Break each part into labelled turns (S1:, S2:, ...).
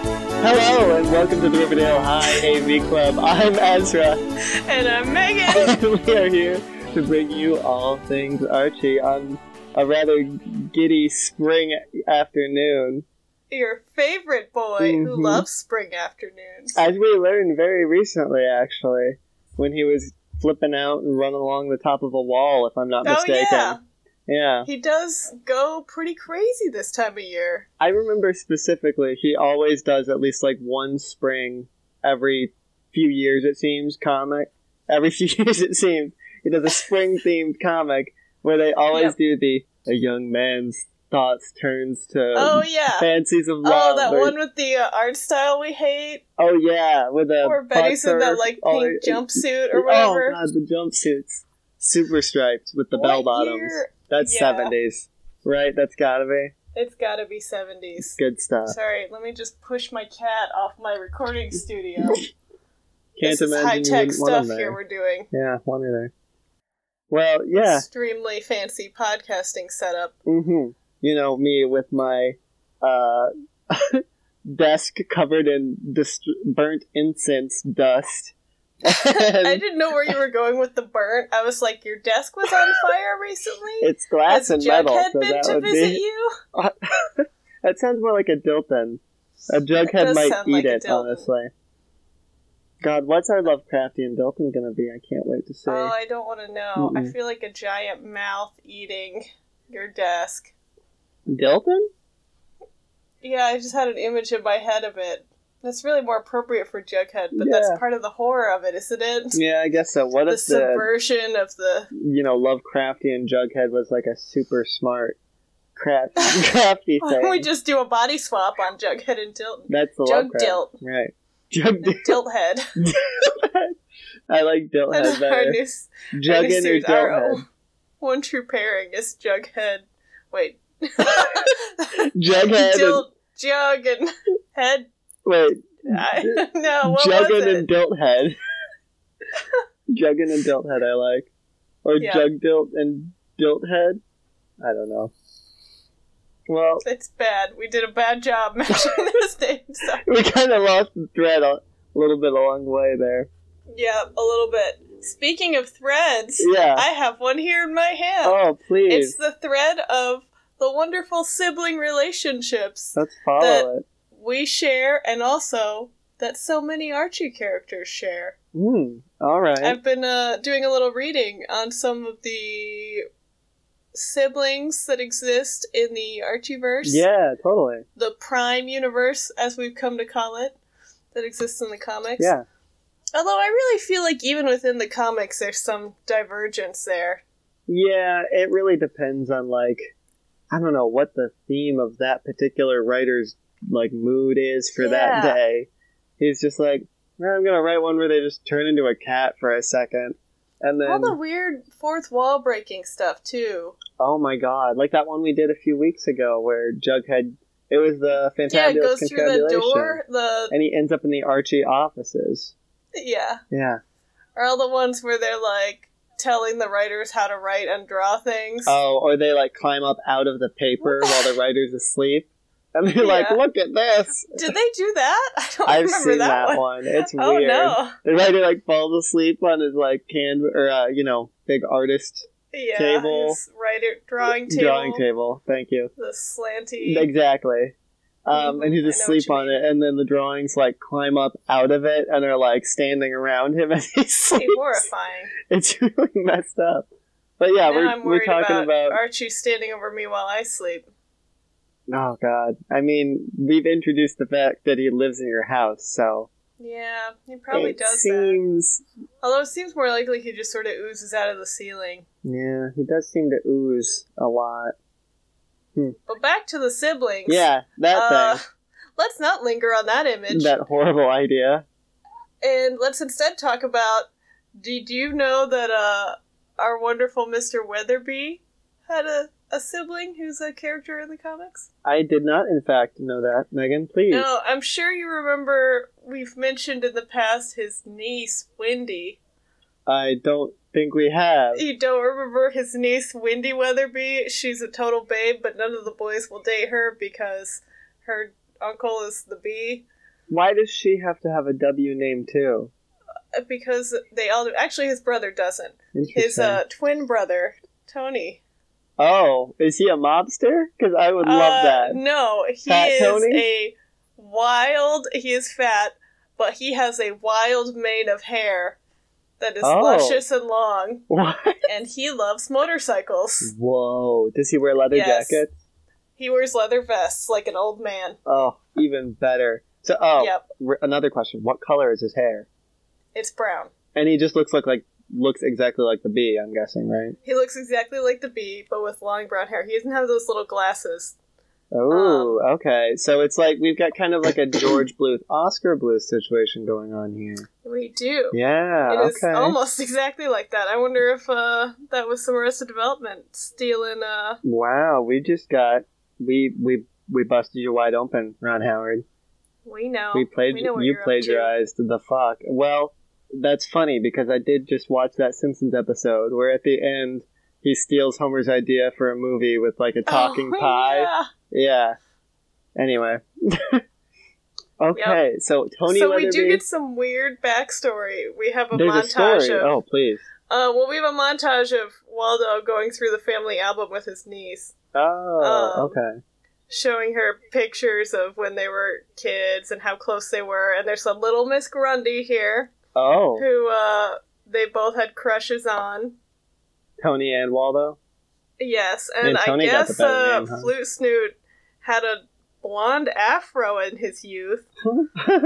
S1: Hello and welcome to the Riverdale High AV Club. I'm Ezra,
S2: And I'm Megan.
S1: and we are here to bring you all things Archie on a rather giddy spring afternoon.
S2: Your favorite boy
S1: Mhm.
S2: who loves spring afternoons.
S1: As we learned very recently, actually, when he was flipping out and running along the top of a wall, if I'm not
S2: oh
S1: mistaken.
S2: yeah.
S1: Yeah.
S2: He does go pretty crazy this time of year.
S1: I remember specifically, he always does at least like one spring every few years, it seems, comic. Every few years, it seems. He does a spring themed comic where they always
S2: Yep.
S1: do the a young man's thoughts turns to
S2: oh yeah.
S1: fancies of
S2: Oh,
S1: love.
S2: that
S1: or-
S2: one with the uh, art style we hate,
S1: Oh, yeah, with the.
S2: or Betty's in
S1: boxer,
S2: that like pink
S1: all-
S2: jumpsuit or whatever.
S1: Oh, God, the jumpsuits. Super striped with the
S2: What
S1: bell bottoms.
S2: year?
S1: That's
S2: Yeah.
S1: 70s, right? That's gotta be.
S2: It's gotta be seventies.
S1: Good stuff.
S2: Sorry, let me just push my cat off my recording studio.
S1: Can't
S2: this is high
S1: imagine you
S2: tech
S1: wouldn't want
S2: stuff
S1: them there.
S2: here we're doing.
S1: Yeah, one or there. Well, yeah.
S2: Extremely fancy podcasting setup.
S1: hmm You know me with my uh, desk covered in dist- burnt incense dust.
S2: I
S1: And
S2: didn't know where you were going with the burnt. I was like, your desk was on fire recently.
S1: it's glass
S2: Has
S1: and
S2: Jughead
S1: metal, so
S2: been
S1: that
S2: to
S1: would
S2: visit
S1: be.
S2: you?
S1: That sounds more like a Dilton. A Jughead
S2: does
S1: might
S2: sound
S1: eat
S2: like a
S1: it,
S2: Dilton.
S1: honestly. God, what's our Lovecraftian Dilton gonna be? I can't wait to see.
S2: Oh, I don't want to know. I
S1: Mm-mm.
S2: feel like a giant mouth eating your desk.
S1: Dilton?
S2: Yeah, I just had an image in my head of it. That's really more appropriate for Jughead, but
S1: Yeah.
S2: that's part of the horror of it, isn't it?
S1: Yeah, I guess so. What
S2: the
S1: if the
S2: subversion of the.
S1: you know, Lovecraftian Jughead was like a super smart craft crafty
S2: Why don't we
S1: thing.
S2: just do a body swap on Jughead and Dilton?
S1: That's the
S2: Jug
S1: Lovecraft.
S2: Dilt.
S1: Right. Jug Dilt.
S2: Dilthead.
S1: I like Dilthead
S2: That's our
S1: better.
S2: new s-
S1: Juggin or
S2: Understood. Our
S1: Dilthead?
S2: o- One true pairing is Jughead. Wait.
S1: Jughead and,
S2: Dil- Jug and Head.
S1: wait,
S2: I, no, what was
S1: Juggin
S2: it?
S1: and Dilthead. Juggin and Dilthead I like. Or
S2: Yeah.
S1: Jug Dilt and Dilthead? I don't know. Well,
S2: it's bad. We did a bad job matching those names. Sorry.
S1: we kind of lost the thread a little bit along the way there.
S2: Yeah, a little bit. Speaking of threads,
S1: Yeah.
S2: I have one here in my hand.
S1: Oh,
S2: it's
S1: please.
S2: the thread of the wonderful sibling relationships
S1: Let's follow
S2: that-
S1: it.
S2: we share and also that so many Archie characters share.
S1: Hmm. All right.
S2: I've been uh, doing a little reading on some of the siblings that exist in the Archieverse,
S1: yeah, totally.
S2: the Prime Universe, as we've come to call it, that exists in the comics.
S1: Yeah.
S2: Although I really feel like even within the comics, there's some divergence there.
S1: Yeah, it really depends on like I don't know what the theme of that particular writer's like mood is for that
S2: Yeah.
S1: day. He's just like, "Eh, I'm gonna write one where they just turn into a cat for a second, and
S2: All
S1: then
S2: the weird fourth wall breaking stuff too.
S1: oh my god, like that one we did a few weeks ago where Jughead. It was the fantabulous
S2: yeah, it goes through the
S1: confabulation,
S2: door. The
S1: and he ends up in the Archie offices.
S2: yeah,
S1: Yeah.
S2: are all the ones where they're like telling the writers how to write and draw things.
S1: Oh, or they like climb up out of the paper while the writer's asleep, and they're like,
S2: Yeah.
S1: "Look at this."
S2: Did they do that? I don't
S1: I've
S2: remember
S1: seen
S2: that,
S1: that,
S2: one.
S1: one. It's
S2: Oh
S1: weird.
S2: no!
S1: The writer like falls asleep on his like can or uh, you know big artist
S2: Yeah,
S1: Table.
S2: his writer drawing table,
S1: drawing table. Thank you.
S2: the slanty.
S1: Exactly. Um, and he's
S2: Mhm, I know what
S1: asleep
S2: you
S1: on it, and then the drawings like climb up out of it and are like standing around him as he
S2: Pretty
S1: sleeps.
S2: horrifying.
S1: It's really messed up. But yeah,
S2: now I'm
S1: we're, we're
S2: worried
S1: talking
S2: about,
S1: about.
S2: Archie standing over me while I sleep.
S1: Oh God! I mean, we've introduced the fact that he lives in your house, so
S2: Yeah, he probably
S1: it
S2: does that.
S1: seems.
S2: Although it seems more likely he just sort of oozes out of the ceiling.
S1: Yeah, he does seem to ooze a lot.
S2: But back to the siblings.
S1: Yeah, that
S2: Uh,
S1: thing.
S2: Let's not linger on that image,
S1: That horrible idea.
S2: and let's instead talk about. Did you know that uh, our wonderful Mr. Weatherby had a, a sibling who's a character in the comics?
S1: I did not, in fact, know that. Megan, please.
S2: No, I'm sure you remember we've mentioned in the past his niece, Wendy.
S1: I don't think we have.
S2: You don't remember his niece, Wendy Weatherby? She's a total babe, but none of the boys will date her because her uncle is the bee.
S1: Why does she have to have a W name too?
S2: Uh, because they all do. Actually, his brother doesn't.
S1: Interesting.
S2: His uh, twin brother, Tony.
S1: oh, is he a mobster? Because I would
S2: Uh,
S1: love that.
S2: No, he
S1: Fat
S2: is
S1: Tony?
S2: a wild. He is fat, but he has a wild mane of hair that is
S1: Oh.
S2: luscious and long,
S1: What?
S2: and he loves motorcycles.
S1: Whoa! Does he wear leather
S2: Yes.
S1: jackets?
S2: He wears leather vests like an old man.
S1: Oh, even better. So, oh,
S2: Yep,
S1: r- another question: What color is his hair?
S2: it's brown.
S1: And he just looks like like looks exactly like the bee. I'm guessing, right?
S2: He looks exactly like the bee, but with long brown hair. He doesn't have those little glasses.
S1: Oh,
S2: Um,
S1: okay. So it's like we've got kind of like a George Bluth, Oscar Bluth situation going on here.
S2: We do.
S1: Yeah.
S2: It is
S1: okay.
S2: almost exactly like that. I wonder if uh, that was some Arrested Development stealing. Uh,
S1: Wow, we just got we we we busted you wide open, Ron Howard.
S2: we know.
S1: we played
S2: Oh, We know what
S1: you
S2: you're up to.
S1: plagiarized the fuck. Well, that's funny because I did just watch that Simpsons episode where at the end he steals Homer's idea for a movie with like a talking
S2: Oh,
S1: pie.
S2: yeah.
S1: Yeah. Anyway. okay, so Tony
S2: so we
S1: Weatherby.
S2: do get some weird backstory. We have a
S1: there's a
S2: montage
S1: story.
S2: of.
S1: Oh, please.
S2: Uh, well, we have a montage of Waldo going through the family album with his niece,
S1: Oh,
S2: Um,
S1: okay.
S2: showing her pictures of when they were kids and how close they were. And there's a little Miss Grundy here
S1: Oh,
S2: who uh, they both had crushes on.
S1: Tony and Waldo.
S2: Yes, and
S1: Man, Tony
S2: I
S1: got the
S2: guess
S1: better
S2: uh,
S1: name, huh?
S2: Flute Snoot had a blonde afro in his youth, uh,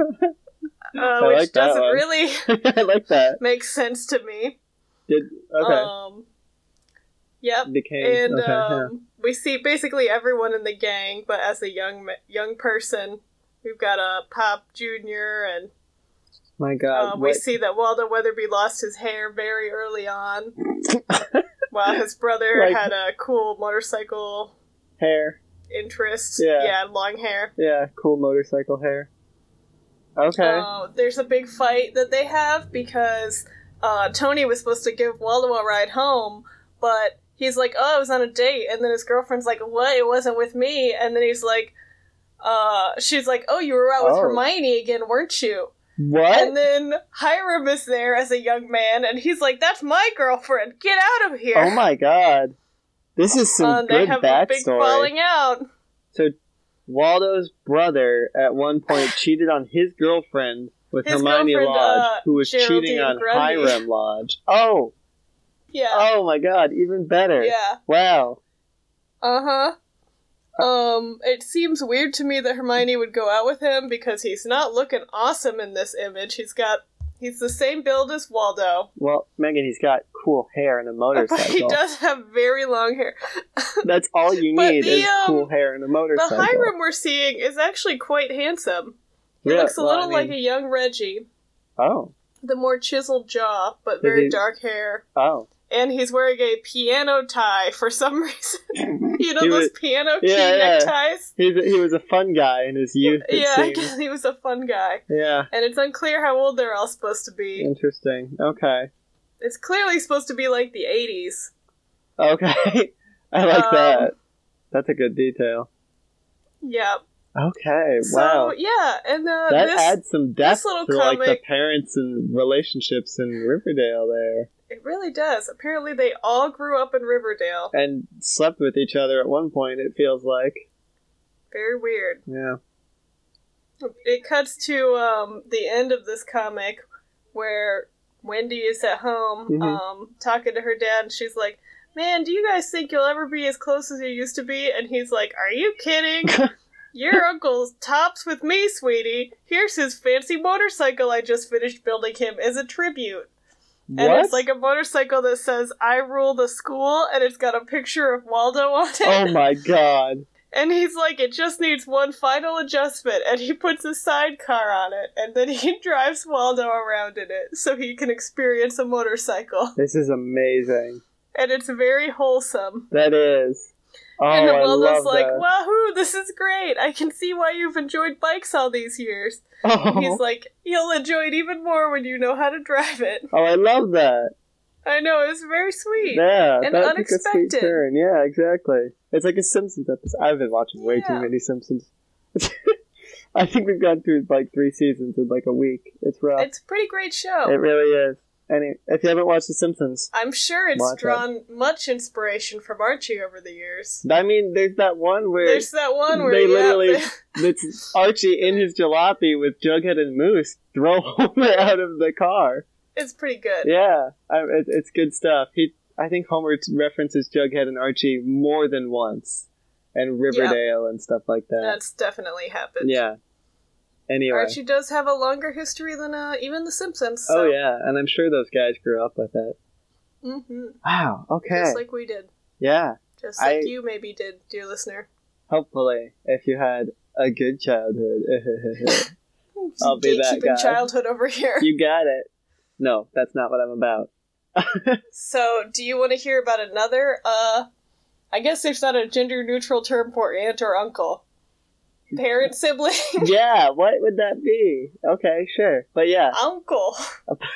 S1: I
S2: which
S1: like that
S2: doesn't
S1: one.
S2: really
S1: I like that.
S2: make sense to me.
S1: Okay.
S2: Um, yep.
S1: Became
S2: Uh, And
S1: okay. yeah.
S2: um, we see basically everyone in the gang, but as a young ma- young person, we've got a Pop Junior, and
S1: My
S2: uh,
S1: God,
S2: we
S1: what
S2: see that Waldo Weatherby lost his hair very early on, while his brother
S1: Like-
S2: had a cool motorcycle
S1: hair?
S2: interest.
S1: Yeah.
S2: yeah long hair.
S1: Yeah, cool motorcycle hair. Okay.
S2: Uh, there's a big fight that they have because uh, Tony was supposed to give Waldo a ride home, but he's like, "Oh, I was on a date," and then his girlfriend's like, "What? It wasn't with me." And then he's like, uh, "She's like, oh, you were out with
S1: Oh.
S2: Hermione again, weren't you?"
S1: what?
S2: And then Hiram is there as a young man, and he's like, "That's my girlfriend. Get out of here!"
S1: oh my God, this is some
S2: Uh, they
S1: good
S2: have a big
S1: backstory.
S2: falling out.
S1: So Waldo's brother at one point cheated on his girlfriend with
S2: His
S1: Hermione
S2: girlfriend,
S1: Lodge,
S2: uh,
S1: who was cheating
S2: Geraldine
S1: on
S2: Grundy.
S1: Hiram Lodge. Oh,
S2: Yeah,
S1: oh my God, even better.
S2: yeah.
S1: Wow.
S2: Uh huh. Um, it seems weird to me that Hermione would go out with him because he's not looking awesome in this image. He's got he's the same build as Waldo,
S1: Well, Megan, he's got cool hair and a
S2: but
S1: motorcycle.
S2: he does have very long hair.
S1: That's all you
S2: But
S1: need
S2: the,
S1: is
S2: um,
S1: cool hair and a
S2: The
S1: motorcycle.
S2: Hiram we're seeing is actually quite handsome. He
S1: Yeah,
S2: looks a
S1: well, I
S2: little like
S1: mean-
S2: a young Reggie.
S1: Oh,
S2: The more chiseled jaw, but
S1: Did
S2: very
S1: he-
S2: dark hair.
S1: oh,
S2: And he's wearing a piano tie for some reason. you know
S1: He was-
S2: those piano key
S1: Yeah, yeah.
S2: neckties?
S1: he's he was a fun guy in his youth. It
S2: Yeah, I
S1: seems.
S2: guess he was a fun guy.
S1: yeah.
S2: and it's unclear how old they're all supposed to be.
S1: Interesting. Okay,
S2: It's clearly supposed to be like the 80s.
S1: okay, I like
S2: Um,
S1: that. That's a good detail.
S2: Yeah.
S1: Okay,
S2: So,
S1: wow,
S2: yeah, and uh,
S1: that
S2: this
S1: adds some depth
S2: this little
S1: to like the
S2: comic-
S1: parents and relationships in Riverdale there,
S2: it really does. Apparently, they all grew up in Riverdale.
S1: and slept with each other at one point. It feels like,
S2: Very weird.
S1: yeah.
S2: It cuts to um, the end of this comic where Wendy is at home
S1: Mhm.
S2: um, talking to her dad, and she's like, Man, do you guys think you'll ever be as close as you used to be? And he's like, Are you kidding? Your uncle's tops with me, sweetie. Here's his fancy motorcycle I just finished building him as a tribute. And
S1: what?
S2: it's like a motorcycle that says, I rule the school, and it's got a picture of Waldo on it.
S1: oh my god.
S2: And he's like, it just needs one final adjustment. And he puts a sidecar on it, and then he drives Waldo around in it so he can experience a motorcycle.
S1: This is amazing.
S2: And it's very wholesome.
S1: That is. Oh,
S2: and
S1: I love
S2: Waldo's like,
S1: that.
S2: wahoo, this is great. I can see why you've enjoyed bikes all these years.
S1: Oh,
S2: He's like, you'll enjoy it even more when you know how to drive it.
S1: oh, I love that.
S2: I know, it's very sweet.
S1: Yeah, that's
S2: And
S1: like a
S2: unexpected.
S1: sweet turn. Yeah, exactly. It's like a Simpsons episode. I've been watching way too
S2: Yeah.
S1: many Simpsons. I think we've gone through like three seasons in like a week. It's rough.
S2: It's a pretty great show.
S1: uh, it really is. Any if you haven't watched The Simpsons,
S2: I'm sure it's
S1: Watch it.
S2: drawn much inspiration from Archie over the years.
S1: I mean, there's that one where
S2: There's that one where
S1: they
S2: yeah,
S1: literally-
S2: they-
S1: it's Archie in his jalopy with Jughead and Moose throw Homer out of the car.
S2: it's pretty good.
S1: Yeah, I, it, it's good stuff. He, I think Homer references Jughead and Archie more than once, and Riverdale and stuff like that.
S2: That's definitely happened.
S1: Yeah. Anyway.
S2: Archie does have a longer history than uh, even The Simpsons. So.
S1: Oh yeah, and I'm sure those guys grew up with it.
S2: hmm
S1: Wow. Okay.
S2: Just like we did.
S1: yeah.
S2: Just like
S1: I-
S2: you maybe did, dear listener.
S1: Hopefully, if you had a good childhood, I'll be that
S2: Gatekeeping
S1: guy.
S2: childhood over here.
S1: you got it. No, that's not what I'm about.
S2: So, do you want to hear about another? Uh, I guess there's not a gender neutral term for aunt or uncle. Parent sibling,
S1: yeah. What would that be? Okay, sure. But yeah,
S2: uncle,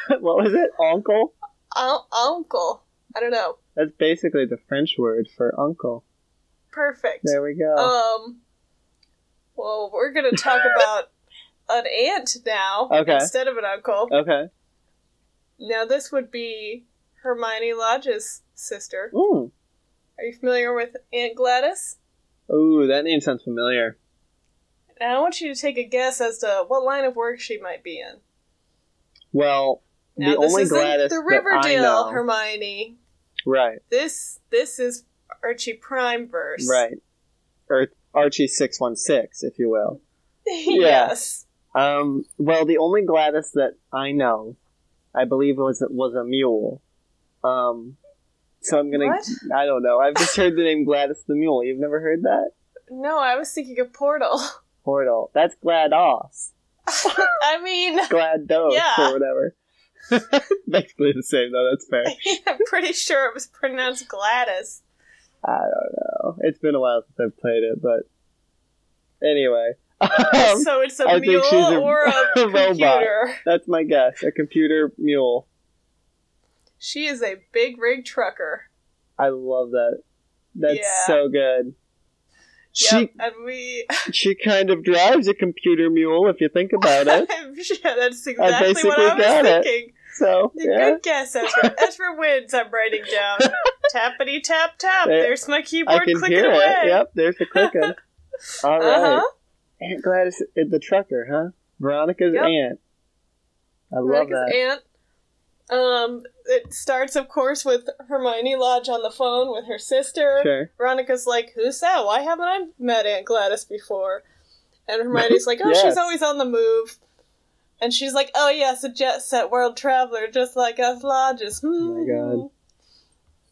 S1: what was it? Uncle.
S2: Un- uncle. I don't know.
S1: That's basically the French word for uncle.
S2: Perfect.
S1: There we go.
S2: Um. Well, we're gonna talk about an aunt now
S1: Okay.
S2: instead of an uncle.
S1: okay.
S2: Now, this would be Hermione Lodge's sister.
S1: Mm.
S2: Are you familiar with Aunt Gladys?
S1: Ooh, that name sounds familiar.
S2: And I want you to take a guess as to what line of work she might be in.
S1: Well,
S2: Now,
S1: the
S2: this
S1: only
S2: isn't
S1: Gladys
S2: the
S1: that I
S2: Riverdale
S1: know.
S2: Hermione.
S1: right.
S2: This this is Archie Prime verse.
S1: Right. Or Archie six one six, if you will.
S2: yes.
S1: Um, well, the only Gladys that I know, I believe was was a mule. Um, so I'm gonna.
S2: What?
S1: I don't know. I've just heard the name Gladys the Mule. You've never heard that?
S2: No, I was thinking of Portal.
S1: Portal. That's Glados.
S2: I mean,
S1: Glados
S2: Yeah.
S1: or whatever. Basically the same though. That's fair.
S2: I'm pretty sure it was pronounced Gladys.
S1: I don't know. It's been a while since I've played it, but anyway, Um,
S2: so it's a
S1: I think
S2: mule
S1: she's a-
S2: or a,
S1: a robot.
S2: computer.
S1: that's my guess. A computer mule.
S2: She is a big rig trucker.
S1: I love that. That's
S2: Yeah.
S1: so good. She
S2: yep, and we.
S1: She kind of drives a computer mule if you think about it.
S2: yeah, that's exactly what
S1: basically
S2: I was
S1: got it.
S2: thinking.
S1: So yeah,
S2: Good guess, Ezra. Ezra wins. I'm writing down. Tappity tap tap.
S1: There-
S2: There's my
S1: I
S2: keyboard
S1: can
S2: clicking
S1: hear
S2: away.
S1: it. Yep, there's the clicking. All right,
S2: Uh-huh.
S1: Aunt Gladys, uh, the trucker, huh? Veronica's
S2: Yep.
S1: aunt. I love
S2: Veronica's
S1: that.
S2: aunt. Um, it starts, of course, with Hermione Lodge on the phone with her sister.
S1: Sure.
S2: Veronica's like, "Who's that? Why haven't I met Aunt Gladys before?" And Hermione's like, "Oh,
S1: Yes.
S2: she's always on the move." And she's like, "Oh yes, a jet set world traveler, just like us Lodges."
S1: Oh
S2: Hmm.
S1: my God.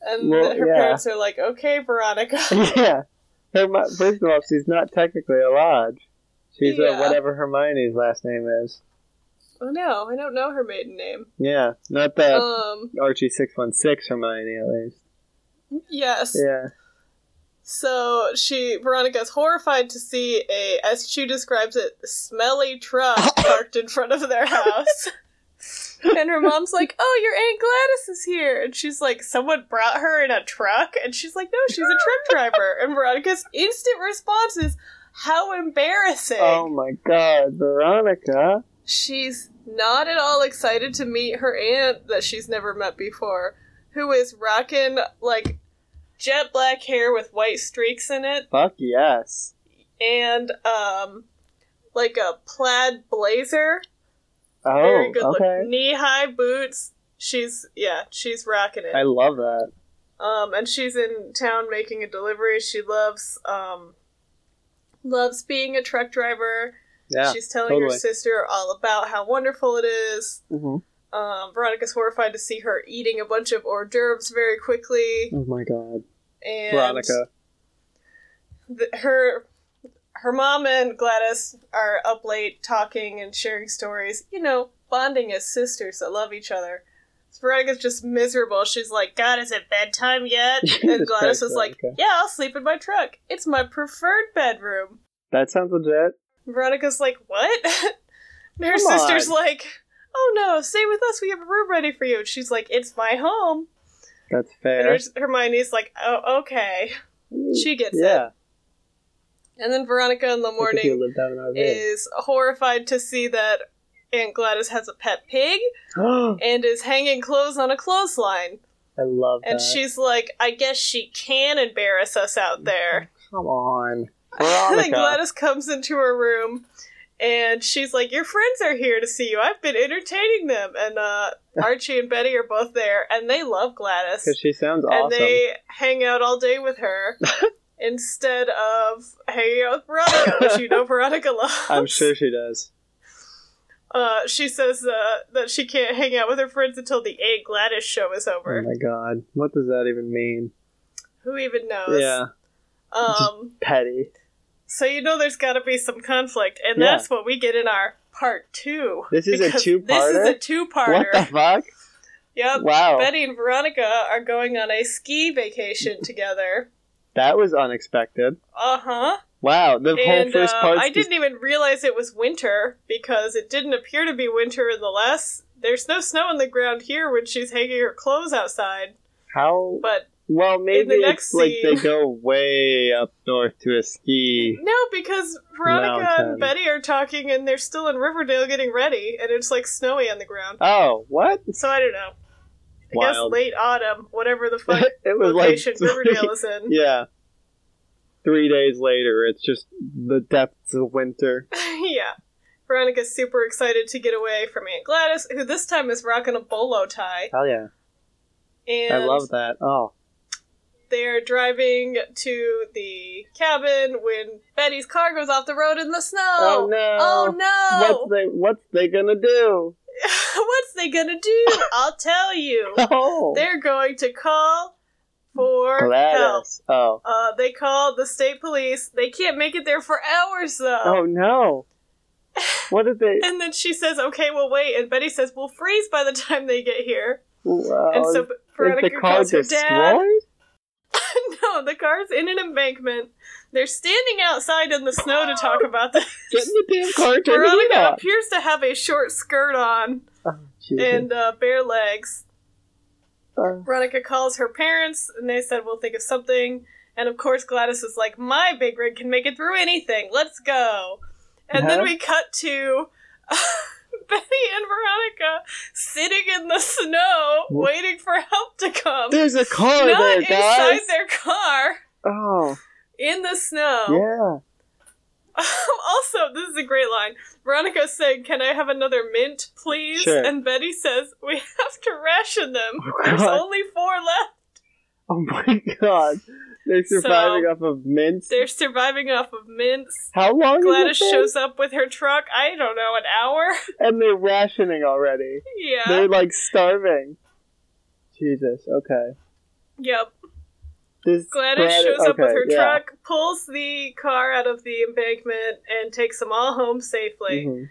S2: And
S1: Well,
S2: the- her
S1: yeah.
S2: parents are like, "Okay, Veronica."
S1: yeah. Her, mo- first of all, she's not technically a lodge. She's a
S2: Yeah.
S1: whatever Hermione's last name is.
S2: oh no, I don't know her maiden name.
S1: Yeah, not the
S2: Um,
S1: Archie six one six Hermione at least.
S2: yes.
S1: Yeah.
S2: So she Veronica's horrified to see a, as she describes it, smelly truck parked in front of their house. and her mom's like, "Oh, your aunt Gladys is here," and she's like, "Someone brought her in a truck," and she's like, "No, she's a truck driver." And Veronica's instant response is, "How embarrassing!"
S1: Oh my God, Veronica.
S2: She's not at all excited to meet her aunt that she's never met before, who is rocking like jet black hair with white streaks in it
S1: Fuck yes.
S2: and um like a plaid blazer,
S1: Oh,
S2: very good
S1: okay.
S2: look, knee high boots. She's yeah, she's rocking it.
S1: I love that.
S2: um, and she's in town making a delivery. She loves um loves being a truck driver.
S1: Yeah.
S2: she's telling her
S1: totally.
S2: sister all about how wonderful it is.
S1: hmm
S2: Um, Veronica's horrified to see her eating a bunch of hors d'oeuvres very quickly,
S1: Oh my God,
S2: and
S1: Veronica.
S2: th- her her mom and Gladys are up late talking and sharing stories, you know, bonding as sisters that love each other. So Veronica's just miserable. She's like, God, is it bedtime yet?
S1: Jesus
S2: And Gladys
S1: Christ,
S2: was like,
S1: Veronica.
S2: Yeah, I'll sleep in my truck. It's my preferred bedroom.
S1: That sounds legit.
S2: Veronica's like, What? and her
S1: Come
S2: sister's
S1: on.
S2: like, Oh no, stay with us. We have a room ready for you. And she's like, It's my home.
S1: That's
S2: And her,
S1: fair.
S2: Hermione's like, Oh, okay. She gets it.
S1: yeah.
S2: And then Veronica in the
S1: If you
S2: morning
S1: lived down in our day.
S2: is horrified to see that Aunt Gladys has a pet pig and is hanging clothes on a clothesline.
S1: I love that.
S2: And she's like, I guess she can embarrass us out there.
S1: Come on.
S2: and
S1: Veronica.
S2: Gladys comes into her room and she's like, Your friends are here to see you. I've been entertaining them. And uh, Archie and Betty are both there and they love Gladys.
S1: Because she sounds
S2: and
S1: awesome.
S2: they hang out all day with her instead of hanging out with Veronica, which you know Veronica loves.
S1: I'm sure she does.
S2: Uh, she says uh, that she can't hang out with her friends until the Aunt Gladys show is
S1: Oh
S2: over.
S1: my god. What does that even mean?
S2: Who even knows?
S1: Yeah.
S2: Um,
S1: Petty.
S2: so you know there's got to be some conflict, and
S1: Yeah.
S2: that's what we get in our part two.
S1: This is a
S2: Because This is
S1: two-parter?
S2: a
S1: What
S2: two-parter.
S1: the fuck?
S2: yep.
S1: Wow.
S2: Betty and Veronica are going on a ski vacation together.
S1: That was unexpected.
S2: Uh huh.
S1: Wow. The whole
S2: And uh,
S1: first part.
S2: I didn't even realize it was winter because it didn't appear to be winter in the last. There's no snow on the ground here when she's hanging her clothes outside,
S1: How?
S2: but
S1: Well, maybe
S2: next
S1: it's like they
S2: scene-
S1: go way up north to a ski.
S2: No, because Veronica
S1: Mountain.
S2: and Betty are talking and they're still in Riverdale getting ready and it's like snowy on the ground.
S1: Oh, what?
S2: So I don't know. I
S1: Wild.
S2: guess late autumn, whatever the fuck
S1: it was like
S2: location Riverdale is in.
S1: yeah. Three days later, it's just the depths of winter.
S2: yeah. Veronica's super excited to get away from Aunt Gladys, who this time is rocking a bolo tie.
S1: Hell yeah,
S2: And
S1: I love that. Oh,
S2: they're driving to the cabin when Betty's car goes off the road in the snow.
S1: oh no,
S2: Oh, no!
S1: What's they What's they gonna do?
S2: What's they gonna do? I'll tell you.
S1: Oh,
S2: They're going to call for help.
S1: Gladys. Oh,
S2: Uh, they called the state police. They can't make it there for hours though.
S1: oh no. What did they?
S2: And then she says, "Okay, well, wait." And Betty says, "We'll freeze by the time they get here."
S1: Wow.
S2: and so
S1: Oh, is
S2: Veronica
S1: the car
S2: calls her dad.
S1: destroyed?
S2: no, the car's in an embankment. They're standing outside in the snow to talk about this.
S1: Get in the damn car. Turn the heat
S2: Veronica
S1: on.
S2: appears to have a short skirt on
S1: Oh, Jesus.
S2: and uh, bare legs.
S1: Oh.
S2: Veronica calls her parents, and they said, We'll think of something. And of course, Gladys is like, My big rig can make it through anything. Let's go. And then
S1: Uh-huh.
S2: we cut to Betty and Veronica sitting in the snow,
S1: Wha-
S2: waiting for help to come.
S1: There's a car
S2: Not
S1: there,
S2: inside
S1: guys.
S2: their car,
S1: Oh,
S2: in the snow.
S1: yeah.
S2: also, this is a great line. Veronica's saying, Can I have another mint, please?
S1: Sure.
S2: And Betty says, We have to ration them.
S1: Oh,
S2: There's
S1: God.
S2: only four left.
S1: Oh my god. They're
S2: So-
S1: surviving off of mints.
S2: They're surviving off of mints.
S1: How long
S2: Gladys
S1: is it been?
S2: shows up with her truck. I don't know, an hour?
S1: And they're rationing already.
S2: yeah.
S1: They're like starving. Jesus, okay.
S2: Yep.
S1: This
S2: Gladys shows up with
S1: okay,
S2: her
S1: yeah.
S2: truck, pulls the car out of the embankment, and takes them all home safely.
S1: Mhm.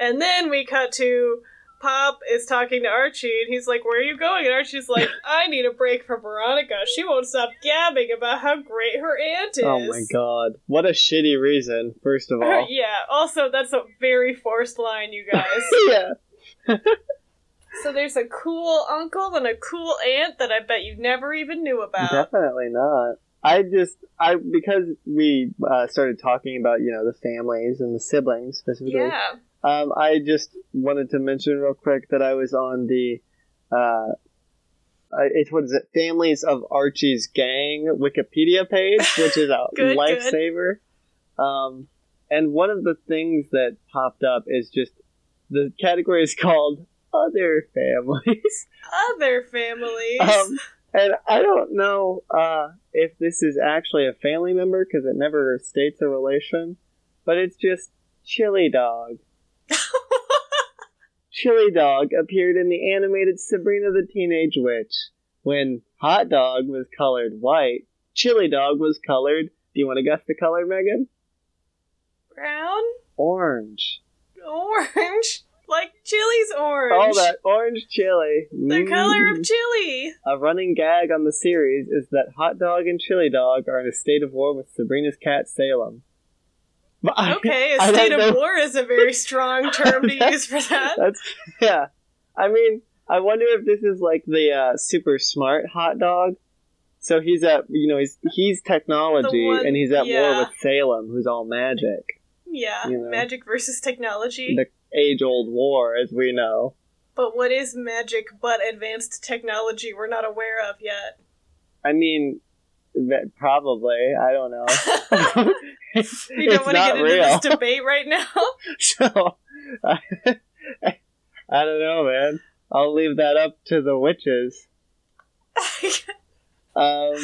S2: And then we cut to Pop is talking to Archie, and he's like, Where are you going? And Archie's like, I need a break from Veronica. She won't stop gabbing about how great her aunt is.
S1: Oh my god. What a shitty reason, first of
S2: Her-
S1: all.
S2: yeah, also, that's a very forced line, you guys.
S1: yeah.
S2: So there's a cool uncle and a cool aunt that I bet you never even knew about.
S1: Definitely not. I just I because we uh, started talking about, you know, the families and the siblings specifically.
S2: Yeah.
S1: Um, I just wanted to mention real quick that I was on the, uh, uh, it's what is it? Families of Archie's Gang Wikipedia page, which is a
S2: Good, good.
S1: lifesaver. Um, and one of the things that popped up is just the category is called other families.
S2: Other families.
S1: um, and I don't know uh, if this is actually a family member because it never states a relation, but it's just Chili Dog. Chili Dog appeared in the animated Sabrina the Teenage Witch. When Hot Dog was colored white, Chili Dog was colored. Do you want to guess the color, Megan?
S2: Brown,
S1: Orange.
S2: orange, like chili's
S1: All
S2: orange.
S1: that orange chili.
S2: The
S1: Mm.
S2: color of chili.
S1: A running gag on the series is that Hot Dog and Chili Dog are in a state of war with Sabrina's cat Salem. But I-
S2: Okay, a
S1: I don't
S2: state of
S1: know.
S2: war is a very strong term to use for that.
S1: That's yeah. I mean, I wonder if this is like the uh, super smart hot dog, So he's at you know he's he's technology
S2: The one-
S1: and he's at war
S2: yeah.
S1: with Salem, who's all magic.
S2: Yeah,
S1: You know.
S2: magic versus technology.
S1: The age old war, as we know.
S2: But what is magic but advanced technology we're not aware of yet?
S1: I mean, that probably I don't know.
S2: We don't
S1: it's
S2: want to
S1: not
S2: get into
S1: real,
S2: this debate right now.
S1: so I, I don't know, man. I'll leave that up to the witches. Um,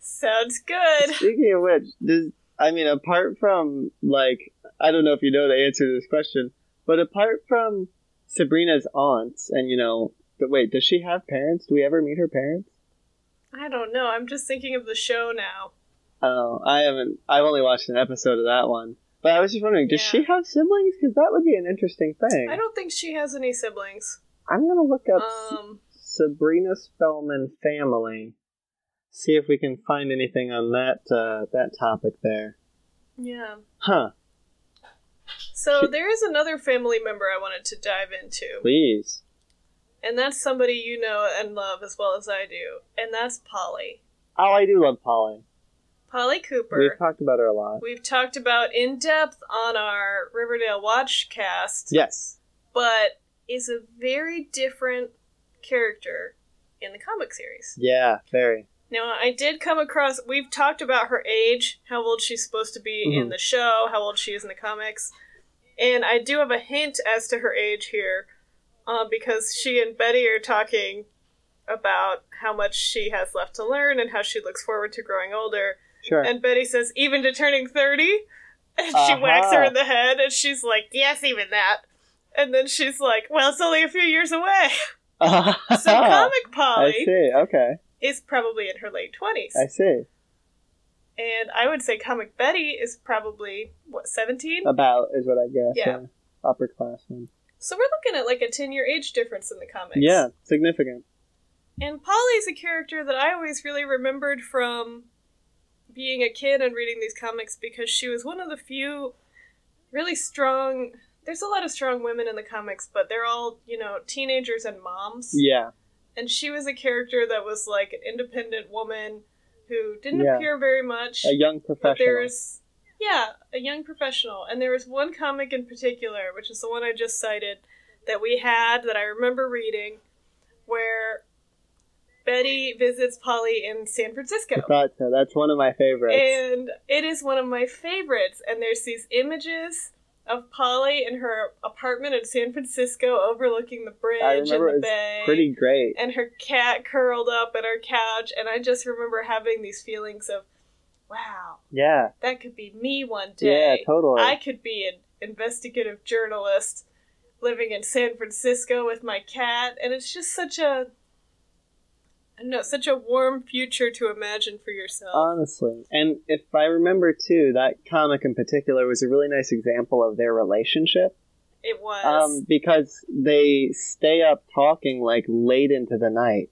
S2: Sounds good.
S1: Speaking of which, does I mean apart from like I don't know if you know the answer to this question, but apart from Sabrina's aunts and you know, but wait, does she have parents? Do we ever meet her parents?
S2: I don't know. I'm just thinking of the show now.
S1: Oh, I haven't. I've only watched an episode of that one. But I was just wondering, does
S2: Yeah.
S1: she have siblings? Because that would be an interesting thing.
S2: I don't think she has any siblings.
S1: I'm gonna look up
S2: Um,
S1: Sabrina Spellman family. See if we can find anything on that uh, that topic there.
S2: yeah.
S1: Huh?
S2: So there is another family member I wanted to dive into,
S1: Please.
S2: and that's somebody you know and love as well as I do, and that's Polly.
S1: Oh, I do love Polly.
S2: Polly Cooper.
S1: We've talked about her a lot.
S2: we've talked about in depth on our Riverdale Watch cast,
S1: Yes.
S2: but is a very different character in the comic series.
S1: Yeah, very.
S2: Now, I did come across, we've talked about her age, how old she's supposed to be in
S1: Mhm.
S2: the show, how old she is in the comics, and I do have a hint as to her age here uh, because she and Betty are talking about how much she has left to learn and how she looks forward to growing older.
S1: Sure.
S2: And Betty says, even to turning 30? And she
S1: Uh-huh.
S2: whacks her in the head, and she's like, yes, even that. And then she's like, well, it's only a few years away. So Comic
S1: Uh-huh. I
S2: Polly
S1: see. Okay.
S2: is probably in her late 20s.
S1: I see.
S2: And I would say Comic Betty is probably, what, 17?
S1: About is what I guess.
S2: Yeah.
S1: Upper classman.
S2: So we're looking at like a 10 year age difference in the comics.
S1: Yeah, significant.
S2: And Polly's a character that I always really remembered from being a kid and reading these comics because she was one of the few really strong. There's a lot of strong women in the comics, but they're all, you know, teenagers and moms.
S1: Yeah.
S2: And she was a character that was like an independent woman who didn't
S1: Yeah. Uh,
S2: appear very much.
S1: A young
S2: But there
S1: professional.
S2: was, yeah, a young professional. And there was one comic in particular, which is the one I just cited, that we had that I remember reading, where Betty visits Polly in San
S1: I
S2: Francisco.
S1: thought so. That's one of my favorites.
S2: And it is one of my favorites. And there's these images of Polly in her apartment in San Francisco overlooking the bridge and
S1: remember it
S2: the
S1: was
S2: bay
S1: Pretty great.
S2: and her cat curled up at our couch and I just remember having these feelings of wow,
S1: Yeah.
S2: that could be me one
S1: Yeah,
S2: day.
S1: totally.
S2: I could be an investigative journalist living in San Francisco with my cat, and it's just such a I don't know, such a warm future to imagine for
S1: Um,
S2: yourself.
S1: Honestly. And if I remember too, that comic in particular was a really nice example of their relationship.
S2: it was.
S1: Um, because they stay up talking like late into the night.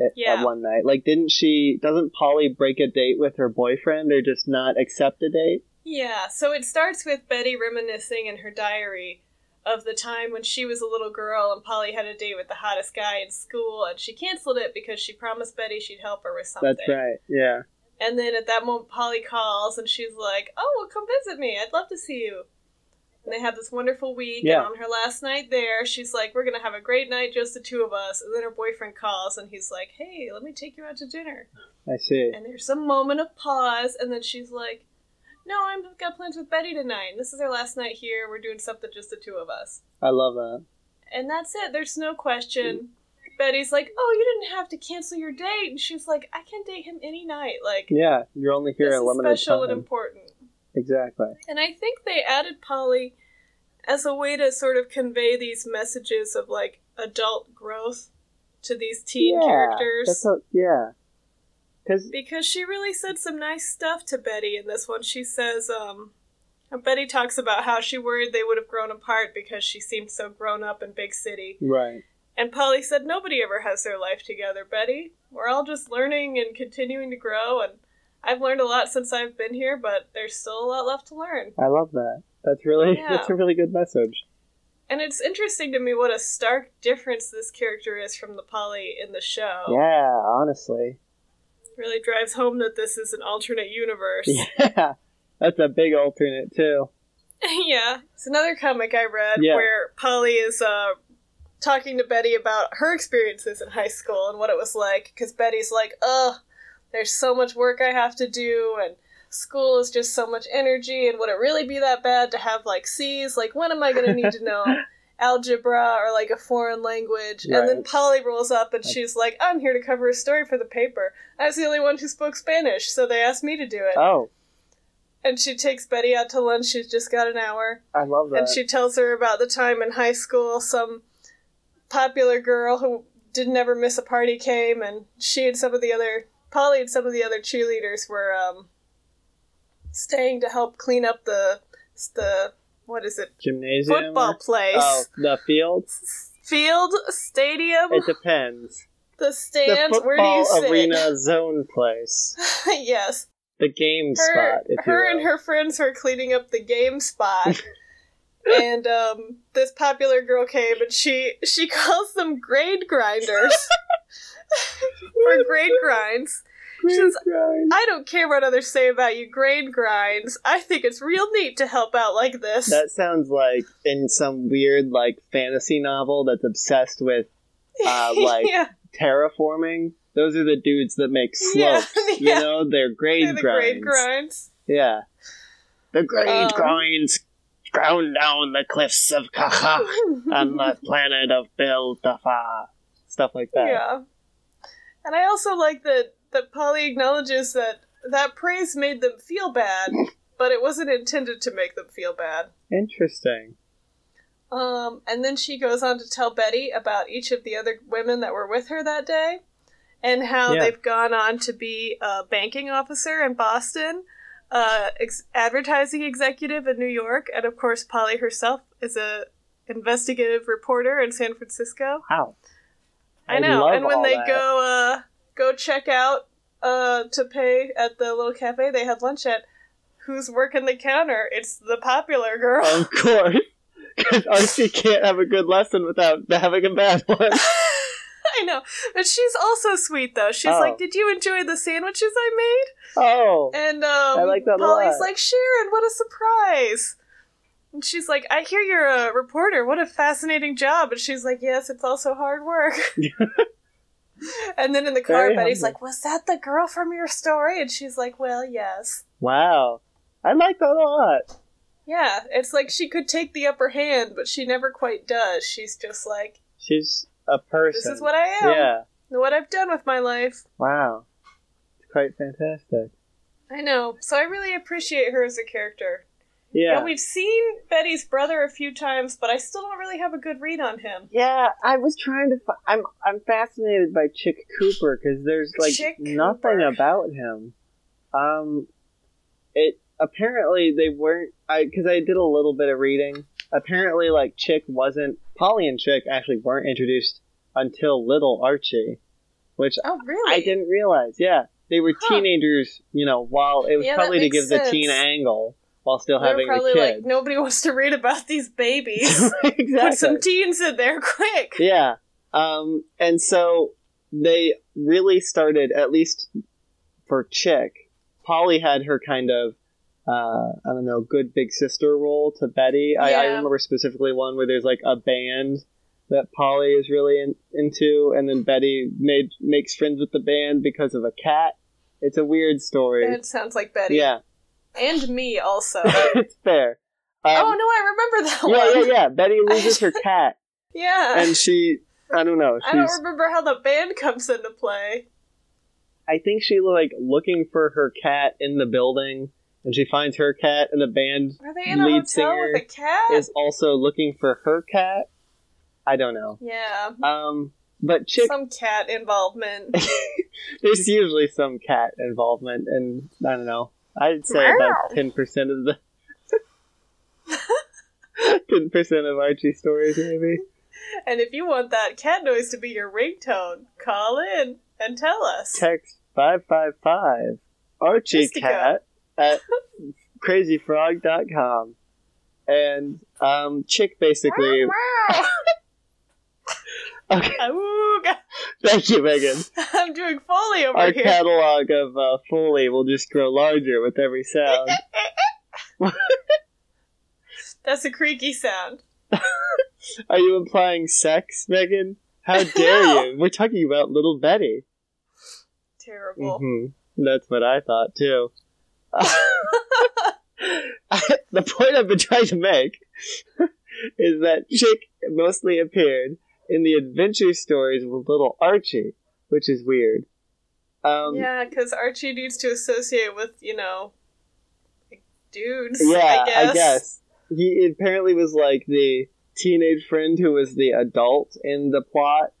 S1: eh, At,
S2: Yeah.
S1: at one night, like, didn't she? Doesn't Polly break a date with her boyfriend, or just not accept a date?
S2: yeah, so it starts with Betty reminiscing in her diary of the time when she was a little girl and Polly had a date with the hottest guy in school and she canceled it because she promised Betty she'd help her with something.
S1: That's right. Yeah.
S2: And then at that moment, Polly calls and she's like, Oh, well, come visit me. I'd love to see you. And they have this wonderful week.
S1: Yeah.
S2: And on her last night there, she's like, We're going to have a great night, just the two of us. And then her boyfriend calls and he's like, Hey, let me take you out to dinner.
S1: I see.
S2: And there's a moment of pause. And then she's like, No, i have got plans with Betty tonight. And this is our last night here. We're doing something just the two of us.
S1: I love that.
S2: And that's it. There's no question. Betty's like, Oh, you didn't have to cancel your date. And she's like, I can date him any night. Like,
S1: Yeah, you're only here
S2: this
S1: a
S2: is
S1: limited
S2: special
S1: time.
S2: and important.
S1: exactly.
S2: And I think they added Polly as a way to sort of convey these messages of like adult growth to these teen
S1: yeah, That's
S2: characters.
S1: how, yeah. Because
S2: Because she really said some nice stuff to Betty in this one. She says, um, Betty talks about how she worried they would have grown apart because she seemed so grown up in big city.
S1: right.
S2: And Polly said, Nobody ever has their life together, Betty. We're all just learning and continuing to grow, and I've learned a lot since I've been here, but there's still a lot left to learn.
S1: I love that. That's really
S2: Yeah.
S1: that's a really good message.
S2: And it's interesting to me what a stark difference this character is from the Polly in the show.
S1: Yeah, honestly.
S2: Really drives home that this is an alternate universe.
S1: Yeah, that's a big alternate too.
S2: yeah. It's another comic I read
S1: Yeah.
S2: where Polly is uh, talking to Betty about her experiences in high school and what it was like. Because Betty's like, ugh, there's so much work I have to do, and school is just so much energy, and would it really be that bad to have like C's? Like, when am I going to need to know? Algebra or like a foreign language, and then
S1: Right.
S2: Polly rolls up and she's like, "I'm here to cover a story for the paper. I was the only one who spoke Spanish, so they asked me to do it."
S1: Oh,
S2: And she takes Betty out to lunch. She's just got an hour,
S1: I love that.
S2: and she tells her about the time in high school some popular girl who didn't ever miss a party came, and she and some of the other, Polly and some of the other cheerleaders were um, staying to help clean up the the what is it
S1: Gymnasium.
S2: football place
S1: Oh, the field.
S2: field stadium
S1: It depends.
S2: the
S1: The
S2: stands where do you
S1: football
S2: sit
S1: arena zone place.
S2: yes
S1: The game
S2: her,
S1: spot. If
S2: her
S1: you will.
S2: and her friends were cleaning up the game spot and um, this popular girl came and she she calls them grade grinders or grade grinds
S1: Great
S2: she's-
S1: grind.
S2: i don't care what others say about you grade grinds i think it's real neat to help out like this
S1: That sounds like in some weird like fantasy novel that's obsessed with uh, like
S2: yeah,
S1: terraforming. Those are the dudes that make
S2: Yeah,
S1: slopes.
S2: yeah.
S1: You know, they're grade
S2: they're the
S1: grinds.
S2: grade grinds
S1: Yeah. The grade
S2: Um.
S1: grinds ground down the cliffs of Kaha on the planet of Bildafa. Stuff like that.
S2: Yeah. And I also like that that Polly acknowledges that that praise made them feel bad, but it wasn't intended to make them feel bad.
S1: Interesting.
S2: Um, and then she goes on to tell Betty about each of the other women that were with her that day and how
S1: Yeah.
S2: they've gone on to be a banking officer in Boston, uh, ex- advertising executive in New York, and of course Polly herself is a investigative reporter in San Francisco.
S1: Wow.
S2: I know.
S1: love
S2: and when
S1: all
S2: they
S1: that.
S2: go uh go check out uh to pay at the little cafe they had lunch at, who's working the counter? It's the popular girl.
S1: Of course. Because Archie can't have a good lesson without having a bad one.
S2: I know. But she's also sweet though. She's
S1: Oh.
S2: like, "Did you enjoy the sandwiches I
S1: Oh.
S2: made?" And um
S1: I like that a
S2: Polly's
S1: lot.
S2: like, "Sharon, what a surprise." And she's like, "I hear you're a reporter. What a fascinating job." And she's like, "Yes, it's also hard work." And then in the car,
S1: Very
S2: Betty's
S1: humble.
S2: like, "Was that the girl from your story?" And she's like, "Well, yes."
S1: Wow. I like that a lot.
S2: Yeah, it's like she could take the upper hand, but she never quite does. She's just like,
S1: She's a person.
S2: this is what I am,
S1: Yeah.
S2: and what I've done with my life.
S1: Wow. It's quite fantastic.
S2: I know. So I really appreciate her as a character.
S1: Yeah.
S2: And we've seen Betty's brother a few times, but I still don't really have a good read on him.
S1: Yeah, I was trying to. Fi- I'm I'm fascinated by Chick Cooper because there's like
S2: Chick
S1: nothing
S2: Cooper.
S1: about him. Um, it apparently they weren't. I because I did a little bit of reading. Apparently, like Chick wasn't. Polly and Chick actually weren't introduced until Little Archie, which
S2: Oh, really?
S1: I didn't realize. Yeah, they were
S2: Huh.
S1: teenagers. You know, while it was
S2: Yeah, that
S1: probably to give
S2: makes
S1: the teen
S2: sense.
S1: angle while still
S2: They're
S1: having the
S2: probably like,
S1: kid.
S2: nobody wants to read about these babies.
S1: exactly.
S2: Put some teens in there, quick.
S1: Yeah. Um, and so they really started, at least for Chick, Polly had her kind of, uh, I don't know, good big sister role to Betty. I, I
S2: Yeah.
S1: remember specifically one where there's like a band that Polly is really in, into, and then Betty made makes friends with the band because of a cat. It's a weird story.
S2: That sounds like Betty.
S1: yeah,
S2: And me also.
S1: it's fair.
S2: oh,
S1: Um,
S2: no, I remember that
S1: yeah,
S2: one.
S1: yeah, yeah. Betty loses her cat,
S2: Yeah.
S1: and she, I don't know, she's
S2: I don't remember how the band comes into play.
S1: I think she like looking for her cat in the building, and she finds her cat, and the band
S2: Are they in a
S1: Lead
S2: hotel
S1: singer
S2: with a cat?
S1: is also looking for her cat. I don't know.
S2: yeah,
S1: Um, but chick,
S2: some cat involvement.
S1: there's usually some cat involvement, and I don't know. I'd say about ten percent of the ten percent of Archie stories, maybe.
S2: and if you want that cat noise to be your ringtone, call in and tell us.
S1: Text five five five Archie
S2: Mystica.
S1: cat at crazyfrog.com.
S2: Oh,
S1: and um, chick basically
S2: Wow, wow.
S1: Okay,
S2: Awooga.
S1: thank you, Megan.
S2: I'm doing Foley over
S1: Our
S2: here.
S1: catalog of uh, Foley will just grow larger with every sound.
S2: That's a creaky sound.
S1: Are you implying sex, Megan? How dare
S2: No.
S1: you? We're talking about little Betty.
S2: Terrible.
S1: Mhm. That's what I thought too. the point I've been trying to make is that Chick mostly appeared in the adventure stories with little Archie, which is weird. Um, yeah,
S2: yeah, because Archie needs to associate with, you know, like, dudes,
S1: I,
S2: I guess.
S1: guess. he apparently was like the teenage friend who was the adult in the plot.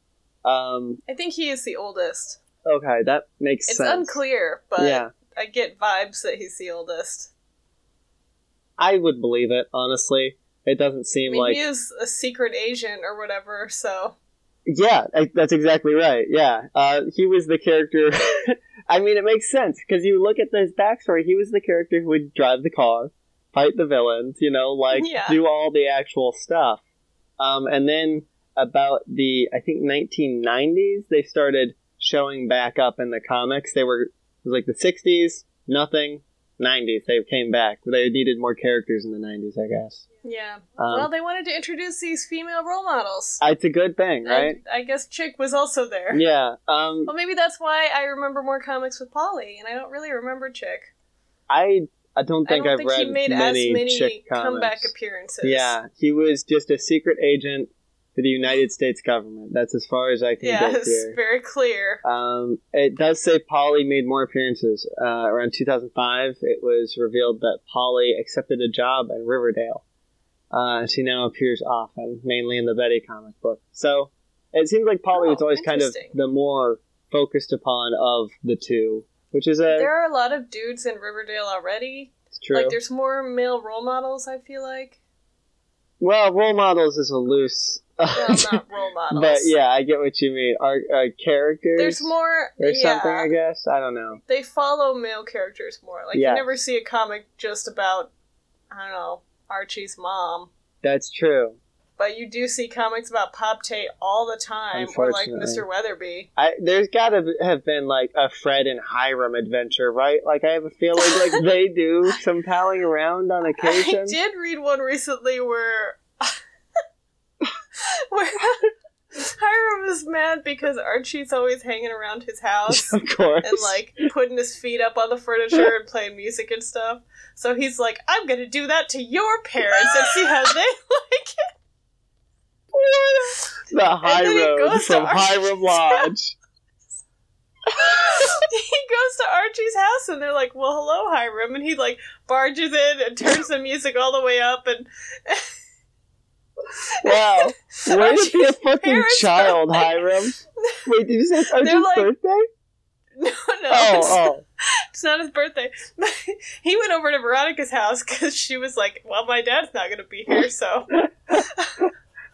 S1: Um,
S2: I think he is the oldest.
S1: okay, that makes
S2: It's
S1: sense.
S2: unclear, but
S1: Yeah.
S2: I get vibes that he's the oldest.
S1: I would believe it, honestly. It doesn't
S2: I
S1: seem
S2: mean,
S1: like.
S2: he is a secret agent or whatever, so.
S1: Yeah, I, that's exactly right. Yeah. Uh, he was the character. I mean, it makes sense, because you look at his backstory, he was the character who would drive the car, fight the villains, you know, like,
S2: Yeah.
S1: do all the actual stuff. Um, and then about the, I think, 1990s, they started showing back up in the comics. They were, it was like the 60s, nothing, 90s, they came back. They needed more characters in the 90s, I guess.
S2: Yeah.
S1: Um,
S2: well, they wanted to introduce these female role models.
S1: it's a good thing, right?
S2: And I guess Chick was also there.
S1: yeah. Um,
S2: Well, maybe that's why I remember more comics with Polly, and I don't really remember Chick.
S1: I I don't think
S2: I
S1: have
S2: don't think
S1: read
S2: he made
S1: many,
S2: as many
S1: chick comics.
S2: comeback appearances.
S1: Yeah, he was just a secret agent for the United States government. That's as far as I can
S2: Yeah,
S1: get
S2: it's
S1: here.
S2: very clear.
S1: Um, it does say Polly made more appearances. Uh, around 2005, it was revealed that Polly accepted a job at Riverdale. Uh, she now appears often, mainly in the Betty comic book. So it seems like Polly
S2: Oh,
S1: was always kind of
S2: interesting.
S1: the more focused upon of the two, which is a
S2: There are a lot of dudes in Riverdale already.
S1: it's true.
S2: Like, there's more male role models, I feel like.
S1: Well, role models is a loose.
S2: Well, not role models.
S1: but yeah, I get what you mean. Our, our characters.
S2: There's more.
S1: Or
S2: yeah.
S1: something, I guess. I don't know.
S2: they follow male characters more. Like
S1: Yeah.
S2: you never see a comic just about I don't know Archie's mom,
S1: That's true.
S2: but you do see comics about Pop Tate all the time, or like
S1: Unfortunately.
S2: Mr. Weatherby.
S1: I, there's gotta b- have been like a Fred and Hiram adventure, right? Like I have a feeling like they do some palling around on
S2: I
S1: occasion.
S2: did read one recently where where Hiram is mad because Archie's always hanging around his house.
S1: Of course.
S2: and like putting his feet up on the furniture and playing music and stuff. So he's like, I'm gonna do that to your parents and see how they like it.
S1: the
S2: and then he
S1: Hiram
S2: goes to
S1: from
S2: our-
S1: Hiram Lodge.
S2: he goes to Archie's house and they're like, Well, hello, Hiram. And he like barges in and turns the music all the way up. And
S1: Wow. Way to be a
S2: Archie's
S1: fucking
S2: parents are
S1: child,
S2: like-
S1: Hiram. Wait, did you say it's
S2: They're
S1: Archie's
S2: like-
S1: birthday?
S2: no, no, it's,
S1: Oh, oh.
S2: it's not his birthday. he went over to Veronica's house because she was like, Well, my dad's not gonna be here, so.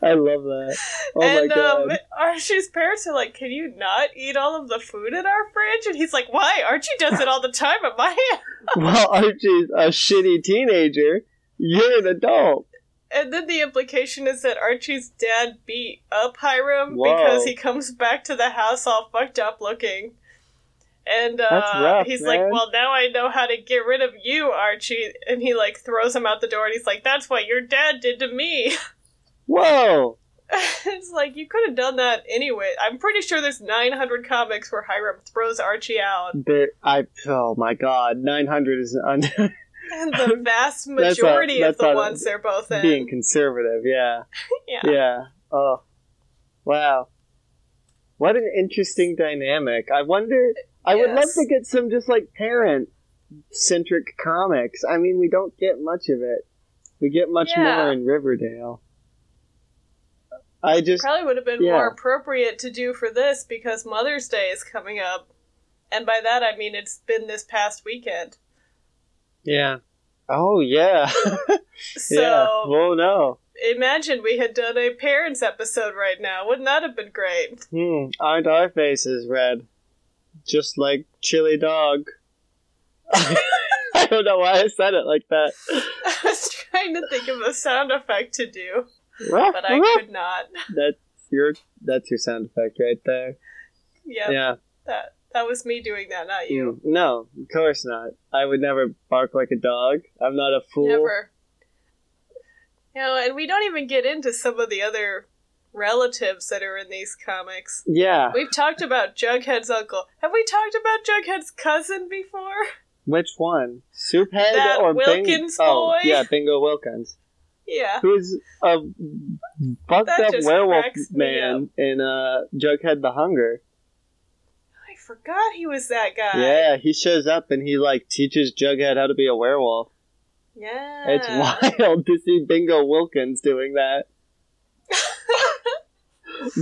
S1: I love that. Oh
S2: and
S1: my god.
S2: um, Archie's parents are like, "Can you not eat all of the food in our fridge?" And he's like, "Why? Archie does it all the time at my house."
S1: while Archie's a shitty teenager, you're an adult.
S2: And then the implication is that Archie's dad beat up Hiram
S1: Whoa.
S2: because he comes back to the house all fucked up looking. And
S1: That's
S2: uh,
S1: rough,
S2: he's
S1: man.
S2: like, "Well, now I know how to get rid of you, Archie." And he like throws him out the door, and he's like, "That's what your dad did to me."
S1: Whoa!
S2: it's like you could have done that anyway. I'm pretty sure there's 900 comics where Hiram throws Archie out.
S1: There, I oh my god, nine hundred is un-
S2: And the vast
S1: That's a-
S2: majority
S1: that's
S2: of the
S1: a-
S2: ones they're both in.
S1: being conservative. Yeah,
S2: yeah.
S1: yeah. Oh, wow! What an interesting dynamic. I wonder. I would love
S2: Yes.
S1: to get some just like parent centric comics. I mean, we don't get much of it. We get much
S2: Yeah.
S1: more in Riverdale. I just
S2: Probably would have been
S1: Yeah.
S2: more appropriate to do for this because Mother's Day is coming up. And by that I mean it's been this past weekend.
S1: yeah. Oh yeah.
S2: So
S1: yeah. Oh no.
S2: imagine we had done a parents episode right now. Wouldn't that have been great?
S1: Hmm, aren't our faces red? Just like chili dog. I don't know why I said it like that.
S2: I was trying to think of a sound effect to do, but I could not.
S1: That's You're that's your sound effect right there.
S2: Yeah,
S1: Yeah.
S2: that that was me doing that, not
S1: Mm,
S2: you.
S1: No, of course not. I would never bark like a dog. I'm not a fool.
S2: Never. You know, and we don't even get into some of the other relatives that are in these comics.
S1: Yeah.
S2: We've talked about Jughead's uncle. Have we talked about Jughead's cousin before?
S1: Which one? Souphead
S2: That
S1: or
S2: Wilkins
S1: Bing-
S2: boy?
S1: Oh, yeah, Bingo Wilkins.
S2: Yeah.
S1: Who's a fucked
S2: That
S1: up
S2: just
S1: werewolf
S2: cracks me
S1: man in uh, Jughead the Hunger.
S2: I forgot he was that guy.
S1: Yeah, he shows up and he like teaches Jughead how to be a werewolf.
S2: Yeah.
S1: It's
S2: Uh.
S1: wild to see Bingo Wilkins doing that.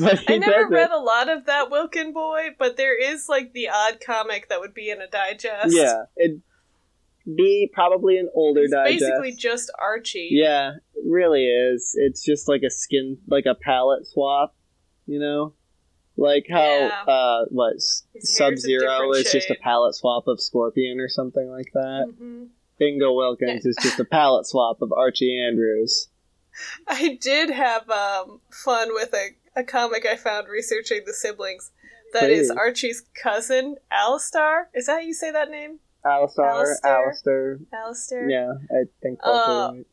S1: but he
S2: I never
S1: does it.
S2: read a lot of that Wilkin boy, but there is like the odd comic that would be in a digest.
S1: Yeah, it'd be probably an older
S2: It's
S1: digest.
S2: basically just Archie.
S1: yeah, it really is. It's just like a skin, like a palette swap, you know, like how
S2: Yeah.
S1: uh, what
S2: His hair's a
S1: Sub Zero
S2: different
S1: is just a
S2: shade.
S1: palette swap of Scorpion or something like that.
S2: hmm
S1: Bingo Wilkins is just a palette swap of Archie Andrews.
S2: I did have um, fun with a, a comic I found researching the siblings. That is
S1: Please.
S2: Archie's cousin, Alistar. Is that how you say that name?
S1: Alistar,
S2: Alistair.
S1: Alistair.
S2: Alistair?
S1: Yeah, I think that's
S2: Uh,
S1: right.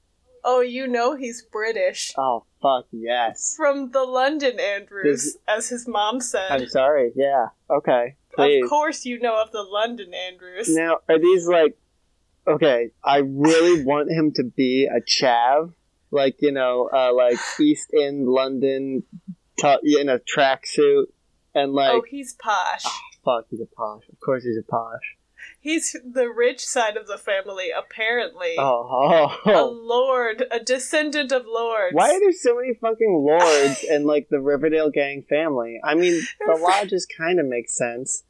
S2: Oh, you know he's British.
S1: Oh fuck yes.
S2: From the London Andrews,
S1: Does-
S2: as his mom
S1: I'm
S2: said.
S1: sorry. Yeah. Okay. Please.
S2: Of course you know of the London Andrews.
S1: Now, are these like okay? I really want him to be a chav, like you know, uh, like East End London, tu- in a tracksuit, and like Ah.
S2: oh, he's posh.
S1: fuck, he's a posh. Of course, he's a posh.
S2: He's the rich side of the family, apparently.
S1: Oh,
S2: A
S1: oh.
S2: lord, a descendant of lords.
S1: why are there so many fucking lords in like the Riverdale gang family? I mean, the law just kind of makes sense.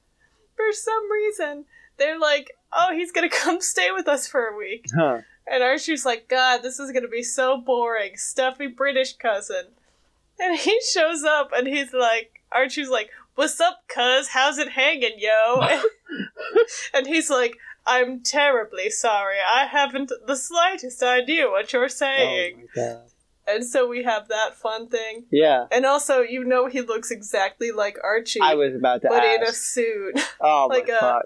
S2: For some reason, they're like, oh, he's gonna come stay with us for a week.
S1: Huh.
S2: And Archie's like, God, this is gonna be so boring. Stuffy British cousin. And he shows up and he's like, Archie's like, What's up, cuz? How's it hanging, yo? and he's like, I'm terribly sorry. I haven't the slightest idea what you're
S1: Oh
S2: saying.
S1: my god.
S2: And so we have that fun thing.
S1: Yeah,
S2: And also, you know, he looks exactly like Archie,
S1: I was about to
S2: but in a
S1: ask.
S2: suit.
S1: oh
S2: like
S1: my
S2: a-
S1: fuck.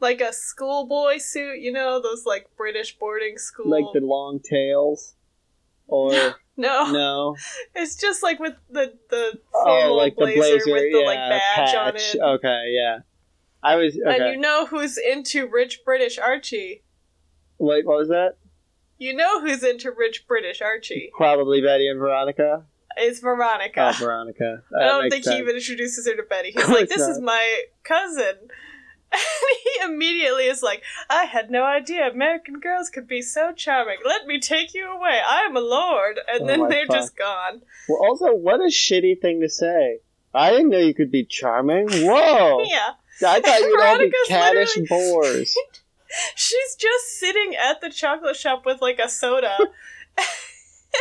S2: like a schoolboy suit, you know, those like British boarding school.
S1: like the long tails or
S2: no,
S1: no
S2: it's just like with the the
S1: oh
S2: formal
S1: like the
S2: blazer,
S1: blazer
S2: with the
S1: yeah
S2: like badge on
S1: patch.
S2: it.
S1: okay yeah i was
S2: And
S1: okay
S2: you know who's into rich British Archie?
S1: wait what was that
S2: You know who's into rich British Archie?
S1: probably betty and veronica
S2: It's Veronica.
S1: oh veronica
S2: I
S1: That
S2: don't
S1: makes
S2: think he
S1: sense.
S2: even introduces her to Betty.
S1: Of
S2: He's
S1: course
S2: like, "This is
S1: not.
S2: my cousin," and he immediately is like, "I had no idea American girls could be so charming. Let me take you away. I am a lord." And
S1: Oh
S2: then
S1: my
S2: they're
S1: fuck.
S2: just gone.
S1: well also what a shitty thing to say i didn't know you could be charming whoa
S2: Yeah.
S1: i thought you'd all be
S2: Veronica's
S1: caddish
S2: literally-
S1: bores
S2: She's just sitting at the chocolate shop with like a soda.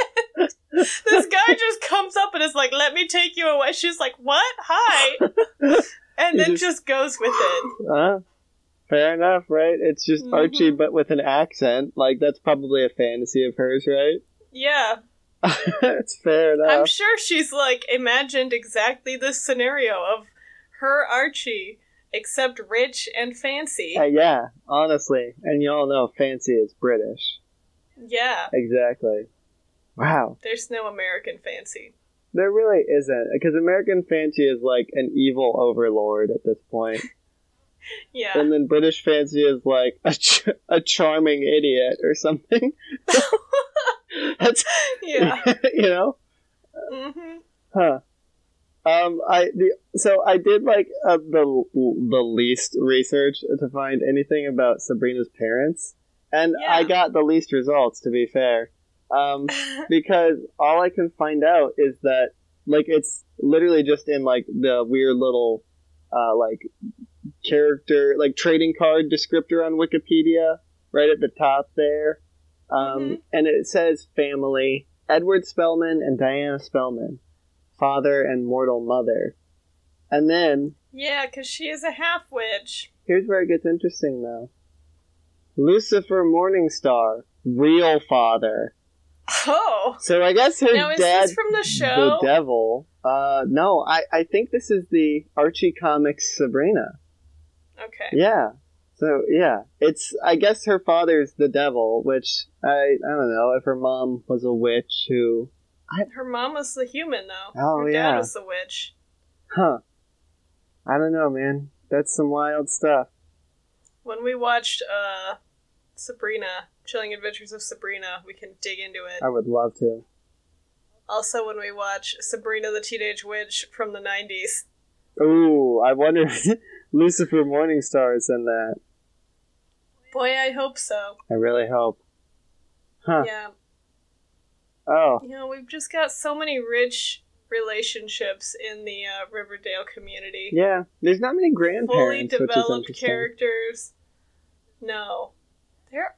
S2: this guy just comes up and is like, "Let me take you away." She's like, "What? Hi!" And
S1: You
S2: then
S1: just-
S2: just... goes with it.
S1: huh fair enough right it's just
S2: Mhm.
S1: archie but with an accent like that's probably a fantasy of hers right
S2: Yeah,
S1: it's fair enough
S2: I'm sure she's like imagined exactly this scenario of her Archie, except rich and fancy.
S1: Uh, yeah, honestly. And y'all know fancy is British.
S2: Yeah,
S1: Exactly. Wow.
S2: there's no American fancy.
S1: There really isn't. Because American fancy is like an evil overlord at this point.
S2: Yeah,
S1: And then British fancy is like a, ch- a charming idiot or something. That's,
S2: yeah.
S1: you know?
S2: hmm
S1: Huh. Um, I the so I did like uh, the the least research to find anything about Sabrina's parents, and
S2: Yeah.
S1: I got the least results. To be fair, um, because all I can find out is that like it's literally just in like the weird little uh, like character like trading card descriptor on Wikipedia right at the top there, um,
S2: Mhm.
S1: and it says family Edward Spellman and Diana Spellman, father and mortal mother, and then
S2: yeah, because she is a half witch.
S1: Here's where it gets interesting, though. Lucifer Morningstar, real father.
S2: Oh.
S1: So I guess her
S2: Now, is
S1: dad,
S2: this from the
S1: the
S2: show?
S1: devil. Uh, no, I, I think this is the Archie Comics Sabrina.
S2: okay.
S1: Yeah. So yeah, it's I guess her father's the devil, which I I don't know if her mom was a witch who
S2: Her mom was the human, though.
S1: Oh,
S2: her
S1: yeah.
S2: dad was the witch.
S1: huh. I don't know, man. That's some wild stuff.
S2: When we watched uh, Sabrina, Chilling Adventures of Sabrina, we can dig into it.
S1: I would love to.
S2: Also, when we watch Sabrina the Teenage Witch from the 90s.
S1: Ooh, I wonder if Lucifer Morningstar is in that.
S2: Boy, I hope so.
S1: I really hope. Huh.
S2: Yeah.
S1: Oh,
S2: You know, we've just got so many rich relationships in the uh, Riverdale community.
S1: yeah. There's not many
S2: Fully
S1: grandparents, which is
S2: developed
S1: interesting.
S2: characters. No. There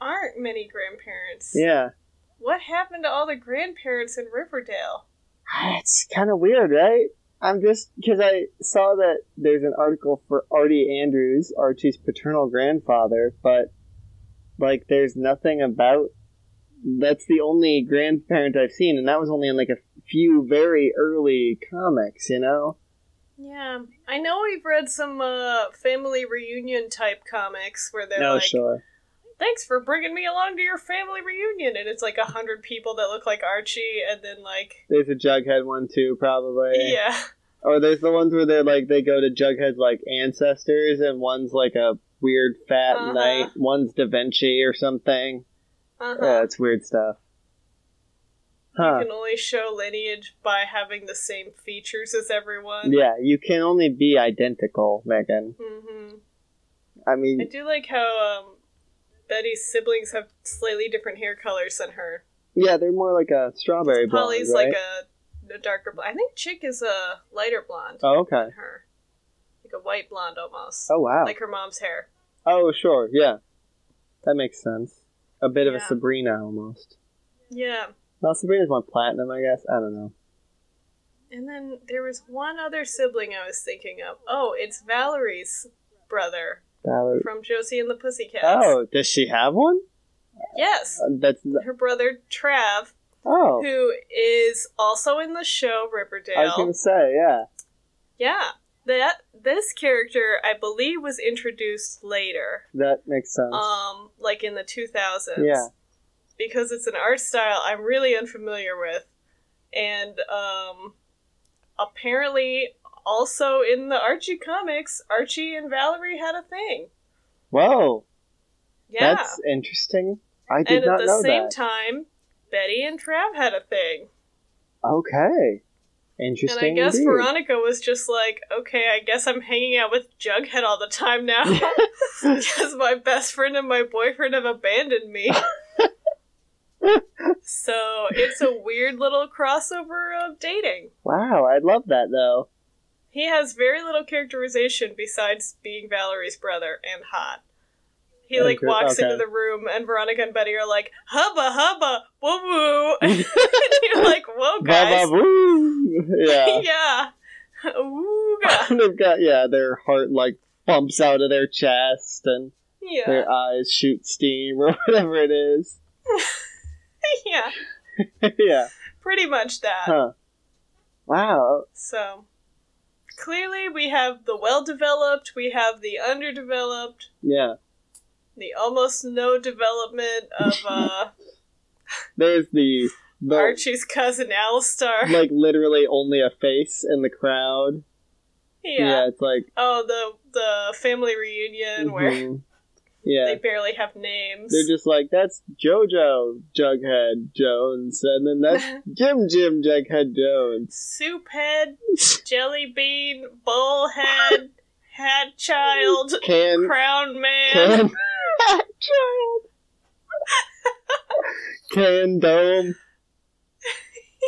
S2: aren't many grandparents.
S1: Yeah.
S2: What happened to all the grandparents in Riverdale?
S1: It's kind of weird, right? I'm just because I saw that there's an article for Artie Andrews, Archie's paternal grandfather, but like there's nothing about. That's the only grandparent I've seen, and that was only in like a few very early comics, you know.
S2: Yeah, I know we've read some uh, family reunion type comics where they're
S1: no,
S2: like,
S1: sure.
S2: "Thanks for bringing me along to your family reunion," and it's like a hundred people that look like Archie, and then like,
S1: There's a Jughead one too, probably.
S2: yeah,
S1: Or there's the ones where they're like they go to Jughead's like ancestors, and one's like a weird fat
S2: Uh-huh.
S1: knight, one's Da Vinci or something.
S2: uh-huh.
S1: Yeah, it's weird stuff. Huh?
S2: you can only show lineage by having the same features as everyone.
S1: yeah, you can only be identical, Megan.
S2: hmm
S1: I
S2: I
S1: mean,
S2: do like how um, Betty's siblings have slightly different hair colors than her.
S1: yeah, they're more like a strawberry blonde,
S2: Polly's
S1: right?
S2: like a, a darker blonde. I think Chick is a lighter blonde
S1: oh, okay.
S2: than her, like a white blonde almost.
S1: Oh, wow.
S2: like her mom's hair.
S1: oh, sure. Yeah, that makes sense. A bit of a
S2: Yeah.
S1: Sabrina almost.
S2: Yeah.
S1: Well, Sabrina's one platinum, I guess. I don't know.
S2: And then there was one other sibling I was thinking of. Oh, it's Valerie's brother
S1: Valor-
S2: from Josie and the Pussycats.
S1: Oh, does she have one?
S2: Yes.
S1: Uh, That's
S2: Her brother Trav,
S1: oh.
S2: who is also in the show
S1: I was
S2: Riverdale.
S1: gonna say, yeah.
S2: Yeah. That this character I believe was introduced later.
S1: That makes sense.
S2: Um like in the 2000s.
S1: Yeah.
S2: Because it's an art style I'm really unfamiliar with. And um apparently also in the Archie comics, Archie and Valerie had a thing.
S1: Whoa,
S2: Yeah.
S1: that's interesting. I did
S2: and at
S1: not
S2: the
S1: know
S2: same
S1: that.
S2: time, Betty and Trav had a thing.
S1: okay,
S2: And
S1: interesting.
S2: I guess
S1: indeed.
S2: Veronica was just like, okay, I guess I'm hanging out with Jughead all the time now. Because my best friend and my boyfriend have abandoned me. so it's a weird little crossover of dating.
S1: Wow, I love that though.
S2: He has very little characterization besides being Valerie's brother and hot. He
S1: Okay,
S2: like walks
S1: okay.
S2: into the room and Veronica and Betty are like, hubba hubba, woo woo. and you're like, whoa guys.
S1: Ba, ba, woo. Yeah,
S2: yeah. Ooga.
S1: they've got yeah, their heart like bumps out of their chest and
S2: Yeah.
S1: their eyes shoot steam or whatever it is.
S2: yeah.
S1: yeah,
S2: Pretty much that.
S1: huh? Wow,
S2: So clearly we have the well developed, we have the underdeveloped,
S1: yeah.
S2: the almost no development of uh
S1: There's the the
S2: Archie's cousin Alistar.
S1: like literally only a face in the crowd.
S2: Yeah.
S1: it's like
S2: Oh, the the family reunion where
S1: mhm. yeah.
S2: they barely have names.
S1: They're just like, that's JoJo Jughead Jones, and then that's Jim Jim Jughead Jones.
S2: Soup head, jelly bean, bullhead, hat child,
S1: Can
S2: crown man.
S1: can child can dome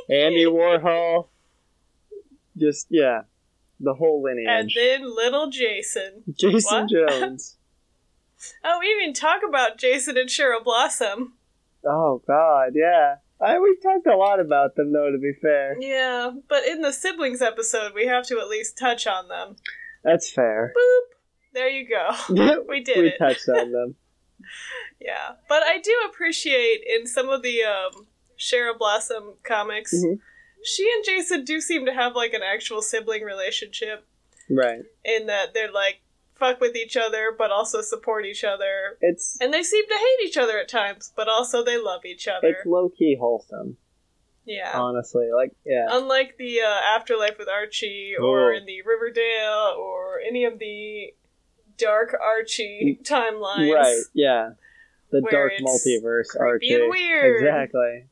S1: Andy Warhol. Just yeah, the whole
S2: And
S1: lineage.
S2: then little Jason.
S1: Jason
S2: what?
S1: Jones.
S2: Oh, we didn't even talk about Jason and Cheryl Blossom.
S1: Oh God, yeah. I we've talked a lot about them though. To be fair,
S2: Yeah, but in the siblings episode, we have to at least touch on them.
S1: that's fair.
S2: Boop! There you go.
S1: we
S2: We did it.
S1: touched on them.
S2: yeah. But I do appreciate in some of the um, Cheryl Blossom comics.
S1: Mhm.
S2: She and Jason do seem to have like an actual sibling relationship
S1: Right.
S2: in that they're like fuck with each other but also support each other.
S1: It's
S2: And they seem to hate each other at times, but also they love each other.
S1: it's low key wholesome.
S2: yeah.
S1: Honestly, like yeah,
S2: Unlike the uh, Afterlife with Archie or
S1: Oh.
S2: in the Riverdale or any of the dark Archie timelines.
S1: right. Yeah, the
S2: Where
S1: dark
S2: it's
S1: multiverse
S2: creepy
S1: Archie.
S2: and weird.
S1: Exactly.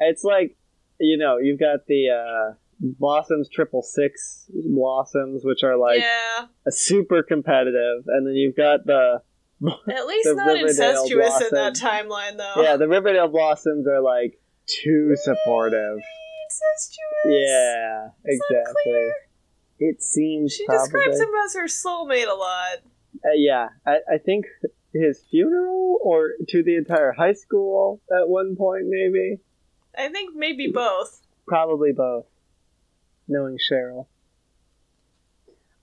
S1: It's like you know you've got the uh, blossoms triple six blossoms, which are like
S2: yeah.
S1: super competitive, and then you've got the
S2: At least
S1: the
S2: not
S1: Riverdale
S2: incestuous
S1: Blossom.
S2: in that timeline though.
S1: yeah the Riverdale blossoms are like too supportive.
S2: Incestuous.
S1: Yeah,
S2: It's
S1: exactly. It seems
S2: She
S1: probably.
S2: describes him as her soulmate a lot.
S1: Uh, yeah, I, I think his funeral or to the entire high school at one point, maybe.
S2: I think
S1: Mm.
S2: maybe both.
S1: Probably both. Knowing Cheryl.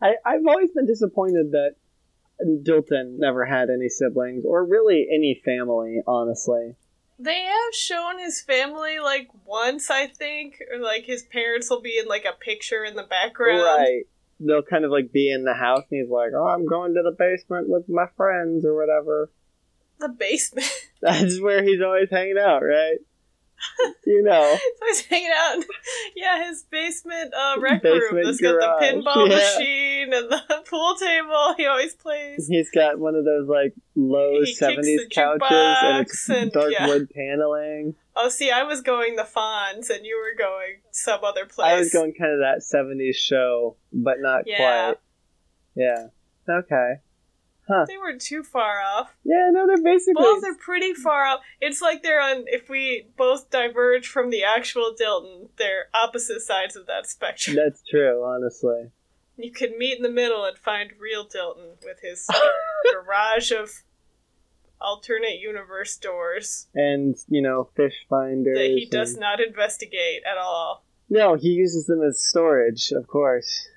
S1: I, I've always been disappointed that Dilton never had any siblings or really any family, honestly.
S2: They have shown his family like once, I think, or like his parents will be in like a picture in the background.
S1: Right. They'll kind of like be in the house and he's like, oh, I'm going to the basement with my friends or whatever.
S2: The basement.
S1: That's where he's always hanging out, right? you know.
S2: so he's hanging out. in- Yeah, his basement uh, rec room.
S1: Basement
S2: That's got
S1: garage,
S2: the pinball
S1: yeah.
S2: machine and the pool table. He always plays.
S1: He's got one of those like low
S2: He kicks the
S1: seventies couches and it's
S2: jukebox and-
S1: dark
S2: yeah.
S1: wood paneling.
S2: Oh, see, I was going the Fonz, and you were going some other place.
S1: I was going kind of that seventies show, but not
S2: Yeah.
S1: quite. Yeah. Okay.
S2: They were too far off.
S1: Yeah. No, they're basically.
S2: Both are pretty far off. It's like they're on. If we both diverge from the actual Dilton, they're opposite sides of that spectrum.
S1: That's true, honestly.
S2: You could meet in the middle and find real Dilton with his garage of alternate universe doors.
S1: And you know, fish finders.
S2: that he does
S1: and-
S2: not investigate at all.
S1: No, he uses them as storage, of course.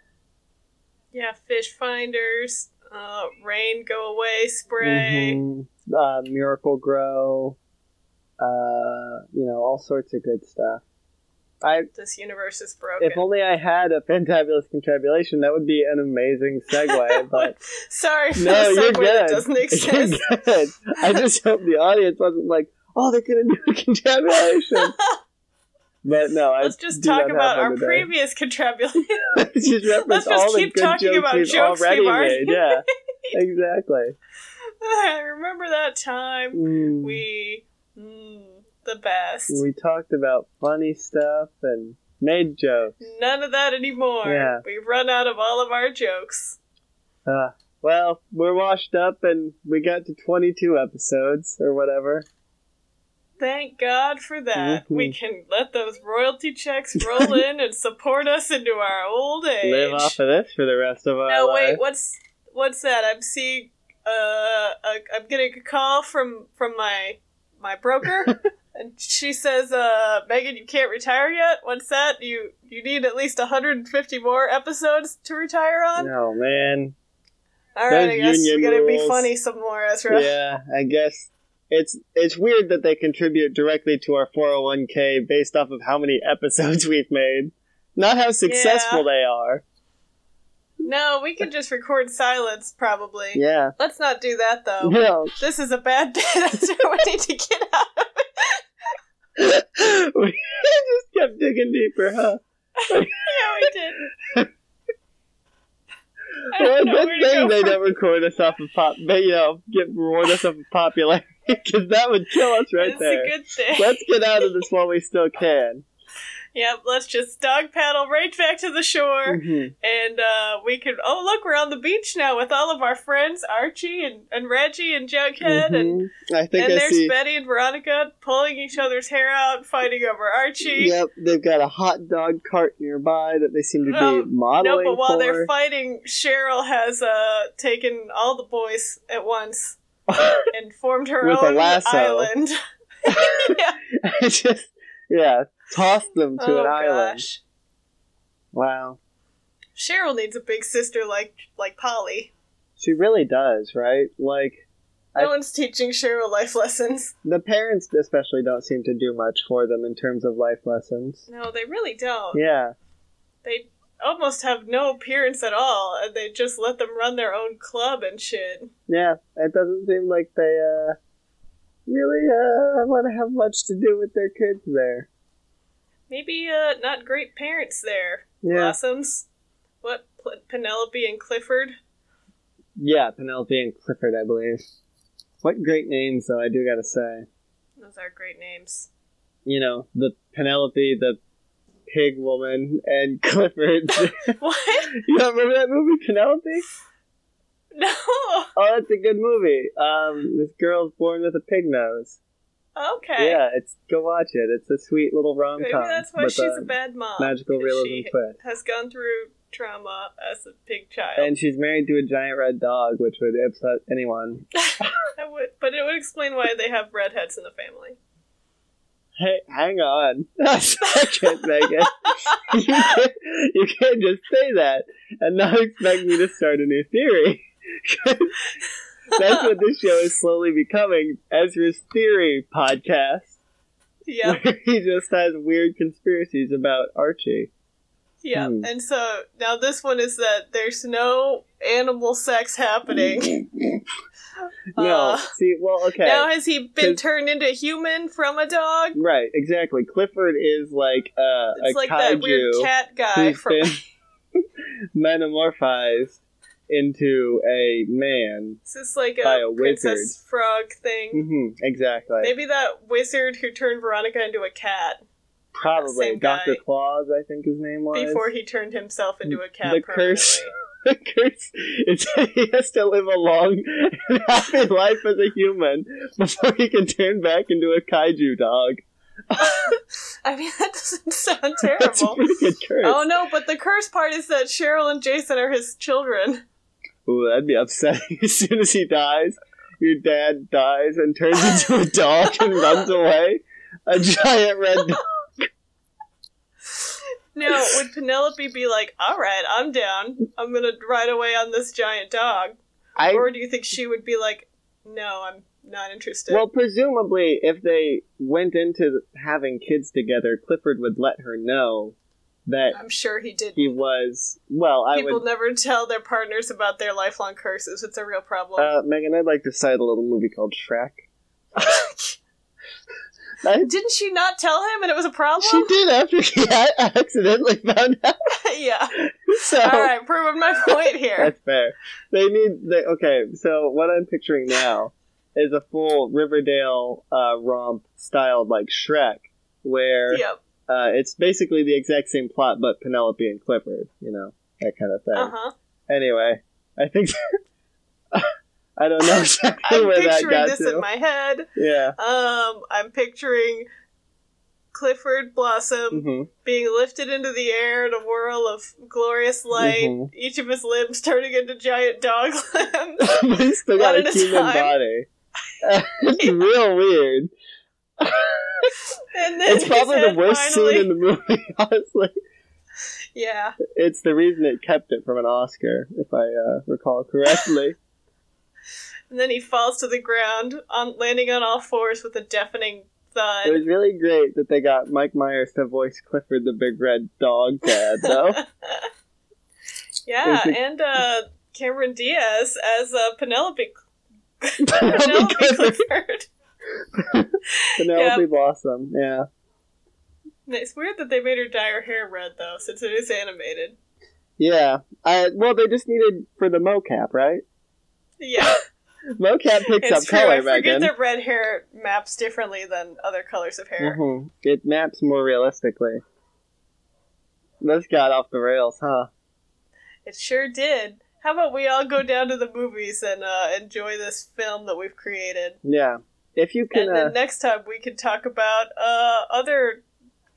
S2: Yeah, fish finders, uh, rain go away spray.
S1: Mhm. Uh, Miracle Grow. Uh, you know, all sorts of good stuff. I
S2: This universe is broken.
S1: If only I had a fantabulous confabulation, that would be an amazing segue. But
S2: Sorry for
S1: no,
S2: the
S1: you're
S2: segue that
S1: good.
S2: doesn't
S1: You're
S2: exist.
S1: good. I just hope the audience wasn't like, "Oh, they're gonna do a confabulation." but no, I
S2: Let's just
S1: do
S2: talk
S1: not
S2: about
S1: have
S2: our
S1: one today.
S2: previous contrabulation.
S1: Let's just reference
S2: Let's just
S1: all the
S2: keep
S1: good
S2: talking
S1: jokes
S2: about
S1: we've
S2: jokes we've
S1: already
S2: already
S1: made. Yeah, exactly.
S2: I remember that time
S1: Mm,
S2: we mm, the best.
S1: we talked about funny stuff and made jokes.
S2: None of that anymore.
S1: Yeah.
S2: We've run out of all of our jokes.
S1: Uh, well, we're washed up and we got to 22 episodes or whatever.
S2: Thank God for that.
S1: Mhm.
S2: We can let those royalty checks roll in and support us into our old age.
S1: live off of this for the rest of our
S2: No, wait.
S1: life.
S2: What's what's that? I'm seeing. Uh, a, I'm getting a call from from my my broker, and she says, "Uh, Megan, you can't retire yet. What's that? You you need at least 150 more episodes to retire on.
S1: No, Oh, man.
S2: All right,
S1: those
S2: I guess we
S1: union
S2: gotta be
S1: rules.
S2: funny some more, Ezra.
S1: Yeah, I guess it's it's weird that they contribute directly to our 401k based off of how many episodes we've made, not how successful they are.
S2: No, we could just record silence probably.
S1: Yeah.
S2: Let's not do that though.
S1: No.
S2: This is a bad bit. Ezra. we need to get out.
S1: we just kept digging deeper, huh?
S2: Yeah, we did. I
S1: Well,
S2: don't know
S1: good
S2: where to
S1: thing
S2: go
S1: they
S2: from
S1: don't record us off of pop, they, you know, get reward us off of popularity because that would kill us right
S2: It's
S1: there.
S2: a good thing.
S1: Let's get out of this while we still can.
S2: Yep, let's just dog paddle right back to the shore,
S1: Mhm.
S2: and uh, we can. Oh, look, we're on the beach now with all of our friends, Archie and, and Reggie and Jughead, and,
S1: Mhm. I think
S2: and
S1: I
S2: there's
S1: see.
S2: Betty and Veronica pulling each other's hair out, fighting over Archie.
S1: Yep, they've got a hot dog cart nearby that they seem to be
S2: Um, No,
S1: modeling
S2: but while
S1: for.
S2: they're fighting, Cheryl has uh, taken all the boys at once and formed her
S1: With a
S2: own
S1: lasso.
S2: island.
S1: I just, yeah, toss them to
S2: oh
S1: an island.
S2: gosh,
S1: Wow,
S2: Cheryl needs a big sister like like Polly.
S1: she really does, right? Like,
S2: No one's teaching Cheryl life lessons.
S1: The parents especially don't seem to do much for them in terms of life lessons.
S2: No, they really don't.
S1: Yeah.
S2: They almost have no appearance at all, and they just let them run their own club and shit.
S1: Yeah, it doesn't seem like they uh, really uh, want to have much to do with their kids there.
S2: Maybe uh, not great parents there.
S1: Yeah.
S2: Blossoms. What P- Penelope and Clifford?
S1: Yeah, Penelope and Clifford, I believe. What great names, though, I do gotta say.
S2: Those are great names.
S1: You know, the Penelope, the pig woman, and Clifford.
S2: What?
S1: you don't remember that movie, Penelope?
S2: No.
S1: Oh, that's a good movie. Um, this girl's born with a pig nose.
S2: Okay.
S1: Yeah, it's go watch it. It's a sweet little rom
S2: Maybe
S1: com.
S2: that's why she's a bad mom.
S1: uh, magical
S2: 'cause
S1: realism
S2: she
S1: twist.
S2: Has gone through trauma as a pig child.
S1: And she's married to a giant red dog, which would upset anyone.
S2: That would, but it would explain why they have redheads in the family.
S1: Hey, hang on. I can't make it. You can't, you can't just say that and not expect me to start a new theory. That's what this show is slowly becoming Ezra's Theory podcast,
S2: Yep,
S1: where he just has weird conspiracies about Archie.
S2: yep.
S1: Hmm.
S2: And so now this one is that there's no animal sex happening.
S1: No,
S2: Uh,
S1: see, well, okay.
S2: Now has he been
S1: 'Cause-
S2: turned into a human from a dog?
S1: Right, exactly. Clifford is like uh,
S2: It's
S1: a
S2: like
S1: kaiju.
S2: that weird cat guy
S1: He's
S2: from
S1: been metamorphized into a man.
S2: It's just like
S1: by
S2: a,
S1: a
S2: princess frog thing.
S1: hmm exactly.
S2: Maybe that wizard who turned Veronica into a cat
S1: Probably
S2: same
S1: Doctor
S2: guy.
S1: Claus, I think his name was.
S2: before he turned himself into a cat
S1: The
S2: permanently.
S1: curse. the curse is he has to live a long, and happy life as a human before he can turn back into a kaiju dog.
S2: I mean that doesn't sound
S1: That's a
S2: terrible.
S1: pretty good curse.
S2: Oh no, but the curse part is that Cheryl and Jason are his children.
S1: Ooh, that'd be upsetting. as soon as he dies, your dad dies and turns into a dog and runs away. A giant red dog.
S2: Now, would Penelope be like, all right, I'm down. I'm going to ride away on this giant dog?
S1: I,
S2: or do you think she would be like, no, I'm not interested?
S1: well, presumably, if they went into having kids together, Clifford would let her know that
S2: I'm sure he didn't.
S1: he was. Well, I
S2: People
S1: would.
S2: never tell their partners about their lifelong curses. It's a real problem.
S1: Uh, Megan, I'd like to cite a little movie called Shrek. I,
S2: Didn't she not tell him and it was a problem?
S1: she did after he I accidentally found out.
S2: yeah.
S1: So.
S2: All right, proving my point here.
S1: That's fair. They need they okay. So what I'm picturing now is a full Riverdale uh, romp styled like Shrek, where
S2: Yep.
S1: uh, it's basically the exact same plot but Penelope and Clifford, you know that kind of thing.
S2: Uh huh.
S1: Anyway, I think I don't know exactly
S2: I'm
S1: where that
S2: picturing
S1: got
S2: this
S1: to.
S2: in my head.
S1: yeah.
S2: Um, I'm picturing Clifford Blossom
S1: hmm
S2: being lifted into the air in a whirl of glorious light,
S1: Mhm.
S2: each of his limbs turning into giant dog limbs.
S1: but he's still got
S2: One
S1: a
S2: at a
S1: human
S2: time.
S1: body. it's real weird.
S2: and then
S1: It's probably
S2: his
S1: the
S2: head
S1: worst
S2: finally...
S1: scene in the movie, honestly.
S2: Yeah.
S1: It's the reason it kept it from an Oscar, if I uh, recall correctly.
S2: And then he falls to the ground, on landing on all fours with a deafening
S1: it
S2: thud.
S1: was really great that they got Mike Myers to voice Clifford the Big Red Dog Dad, though.
S2: Yeah,
S1: It was a-
S2: and uh, Cameron Diaz as uh, Penelope.
S1: Penelope
S2: Penelope
S1: Clifford,
S2: Clifford.
S1: Penelope
S2: Yeah.
S1: Blossom, yeah.
S2: It's weird that they made her dye her hair red though, since it is animated.
S1: Yeah. I, well, they just needed for the mocap, right?
S2: Yeah,
S1: Mocap picks
S2: it's
S1: up
S2: true. I
S1: color,
S2: forget
S1: Megan.
S2: that red hair maps differently than other colors of hair.
S1: Mhm. It maps more realistically. This got off the rails, huh?
S2: It sure did. How about we all go down to the movies and uh, enjoy this film that we've created,
S1: Yeah. If you can.
S2: and
S1: uh,
S2: then next time we can talk about uh, other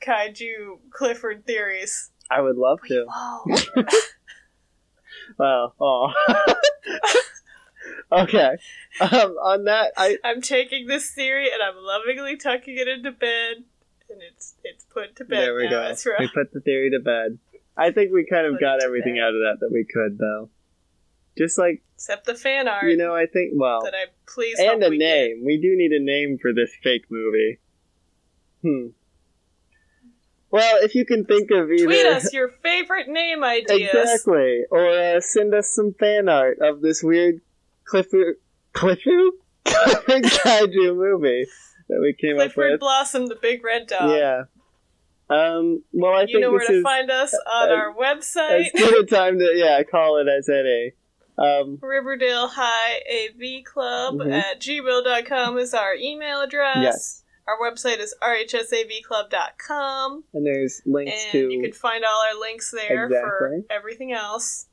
S2: kaiju Clifford theories.
S1: I would love to.
S2: Whoa.
S1: Wow. Oh. okay. Um, on that, I
S2: I'm taking this theory and I'm lovingly tucking it into bed, and it's it's put to bed
S1: there we
S2: now.
S1: go.
S2: Ezra.
S1: We put the theory to bed. I think we kind of
S2: Put it
S1: got
S2: to
S1: everything
S2: bed.
S1: out of that that we could, though. Just like
S2: Except the fan art
S1: You know, I think well,
S2: that I please
S1: and a
S2: hope we get.
S1: name. We do need a name for this fake movie. Hmm. Well, if you can think of either
S2: Tweet us your favorite name ideas.
S1: exactly, or uh, send us some fan art of this weird Clifford Clifford Clifford Kaiju movie that we came
S2: Clifford
S1: up with.
S2: Blossom, the big red dog.
S1: yeah. Um. Well, I
S2: you
S1: think
S2: know where
S1: this
S2: to
S1: is
S2: find us on
S1: uh,
S2: our website,
S1: as good a time to yeah call it as any. Um.
S2: Riverdale High AV Club
S1: Mhm.
S2: at gmail.com is our email address.
S1: Yes.
S2: Our website is rhsavclub.com,
S1: And there's links
S2: and
S1: to
S2: you can find all our links there for
S1: Exactly.
S2: everything else.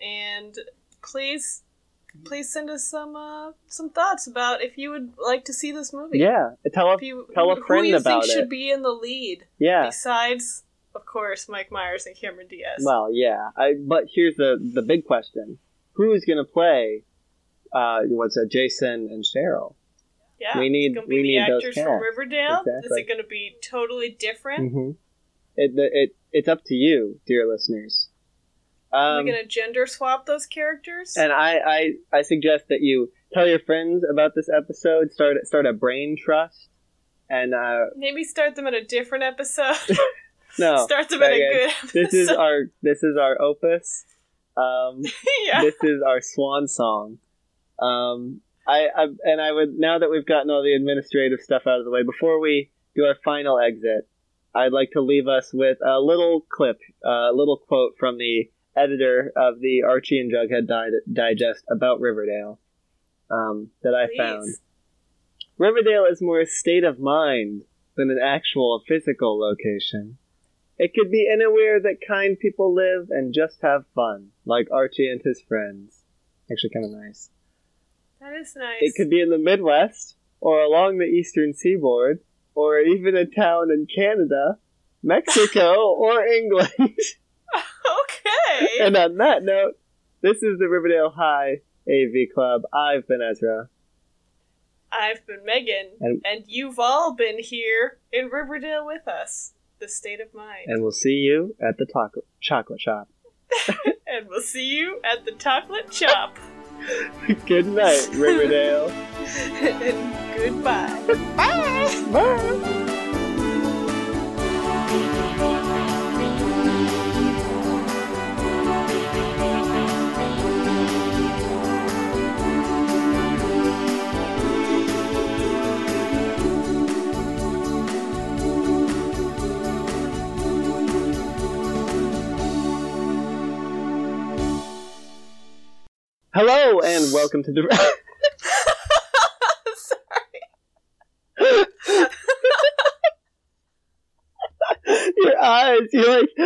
S2: And please, please send us some uh, some thoughts about if you would like to see this movie.
S1: yeah. Tell a
S2: If you,
S1: Tell a
S2: who
S1: friend
S2: you
S1: about
S2: think should
S1: it.
S2: be in the lead
S1: yeah.
S2: besides, of course, Mike Myers and Cameron Diaz.
S1: Well, yeah. I, but here's the the big question: Who's going to play? Uh, what's it, Jason and Cheryl?
S2: yeah,
S1: we
S2: it's
S1: need-
S2: gonna
S1: we
S2: be the
S1: need those
S2: actors from
S1: cast.
S2: Riverdale. Is
S1: Exactly.
S2: it going to be totally different?
S1: Mm-hmm. It, the- it it's up to you, dear listeners.
S2: Are
S1: Um,
S2: we going to gender swap those characters?
S1: and I, I I suggest that you tell your friends about this episode. Start start a brain trust, and uh,
S2: Maybe start them in a different episode.
S1: no,
S2: start them in a
S1: okay.
S2: good
S1: Oh, this is
S2: episode.
S1: our this is our opus. Um,
S2: yeah.
S1: this is our swan song. Um, I, I and I would now that we've gotten all the administrative stuff out of the way before we do our final exit, I'd like to leave us with a little clip, a little quote from the editor of the Archie and Jughead di- Digest about Riverdale um, that I found.
S2: Please.
S1: Riverdale is more a state of mind than an actual physical location. It could be anywhere that kind people live and just have fun, like Archie and his friends. Actually, kind of nice.
S2: That is nice.
S1: It could be in the Midwest, or along the eastern seaboard, or even a town in Canada, Mexico, or England.
S2: okay.
S1: and on that note, this is the Riverdale High AV Club. I've been Ezra.
S2: I've been Megan,
S1: And-
S2: and you've all been here in Riverdale with us. The state of mind.
S1: And we'll see you at the taco- chocolate shop.
S2: and we'll see you at the chocolate shop.
S1: Good night, Riverdale.
S2: and goodbye.
S1: Bye. Hello and welcome to the. Your eyes, you're like.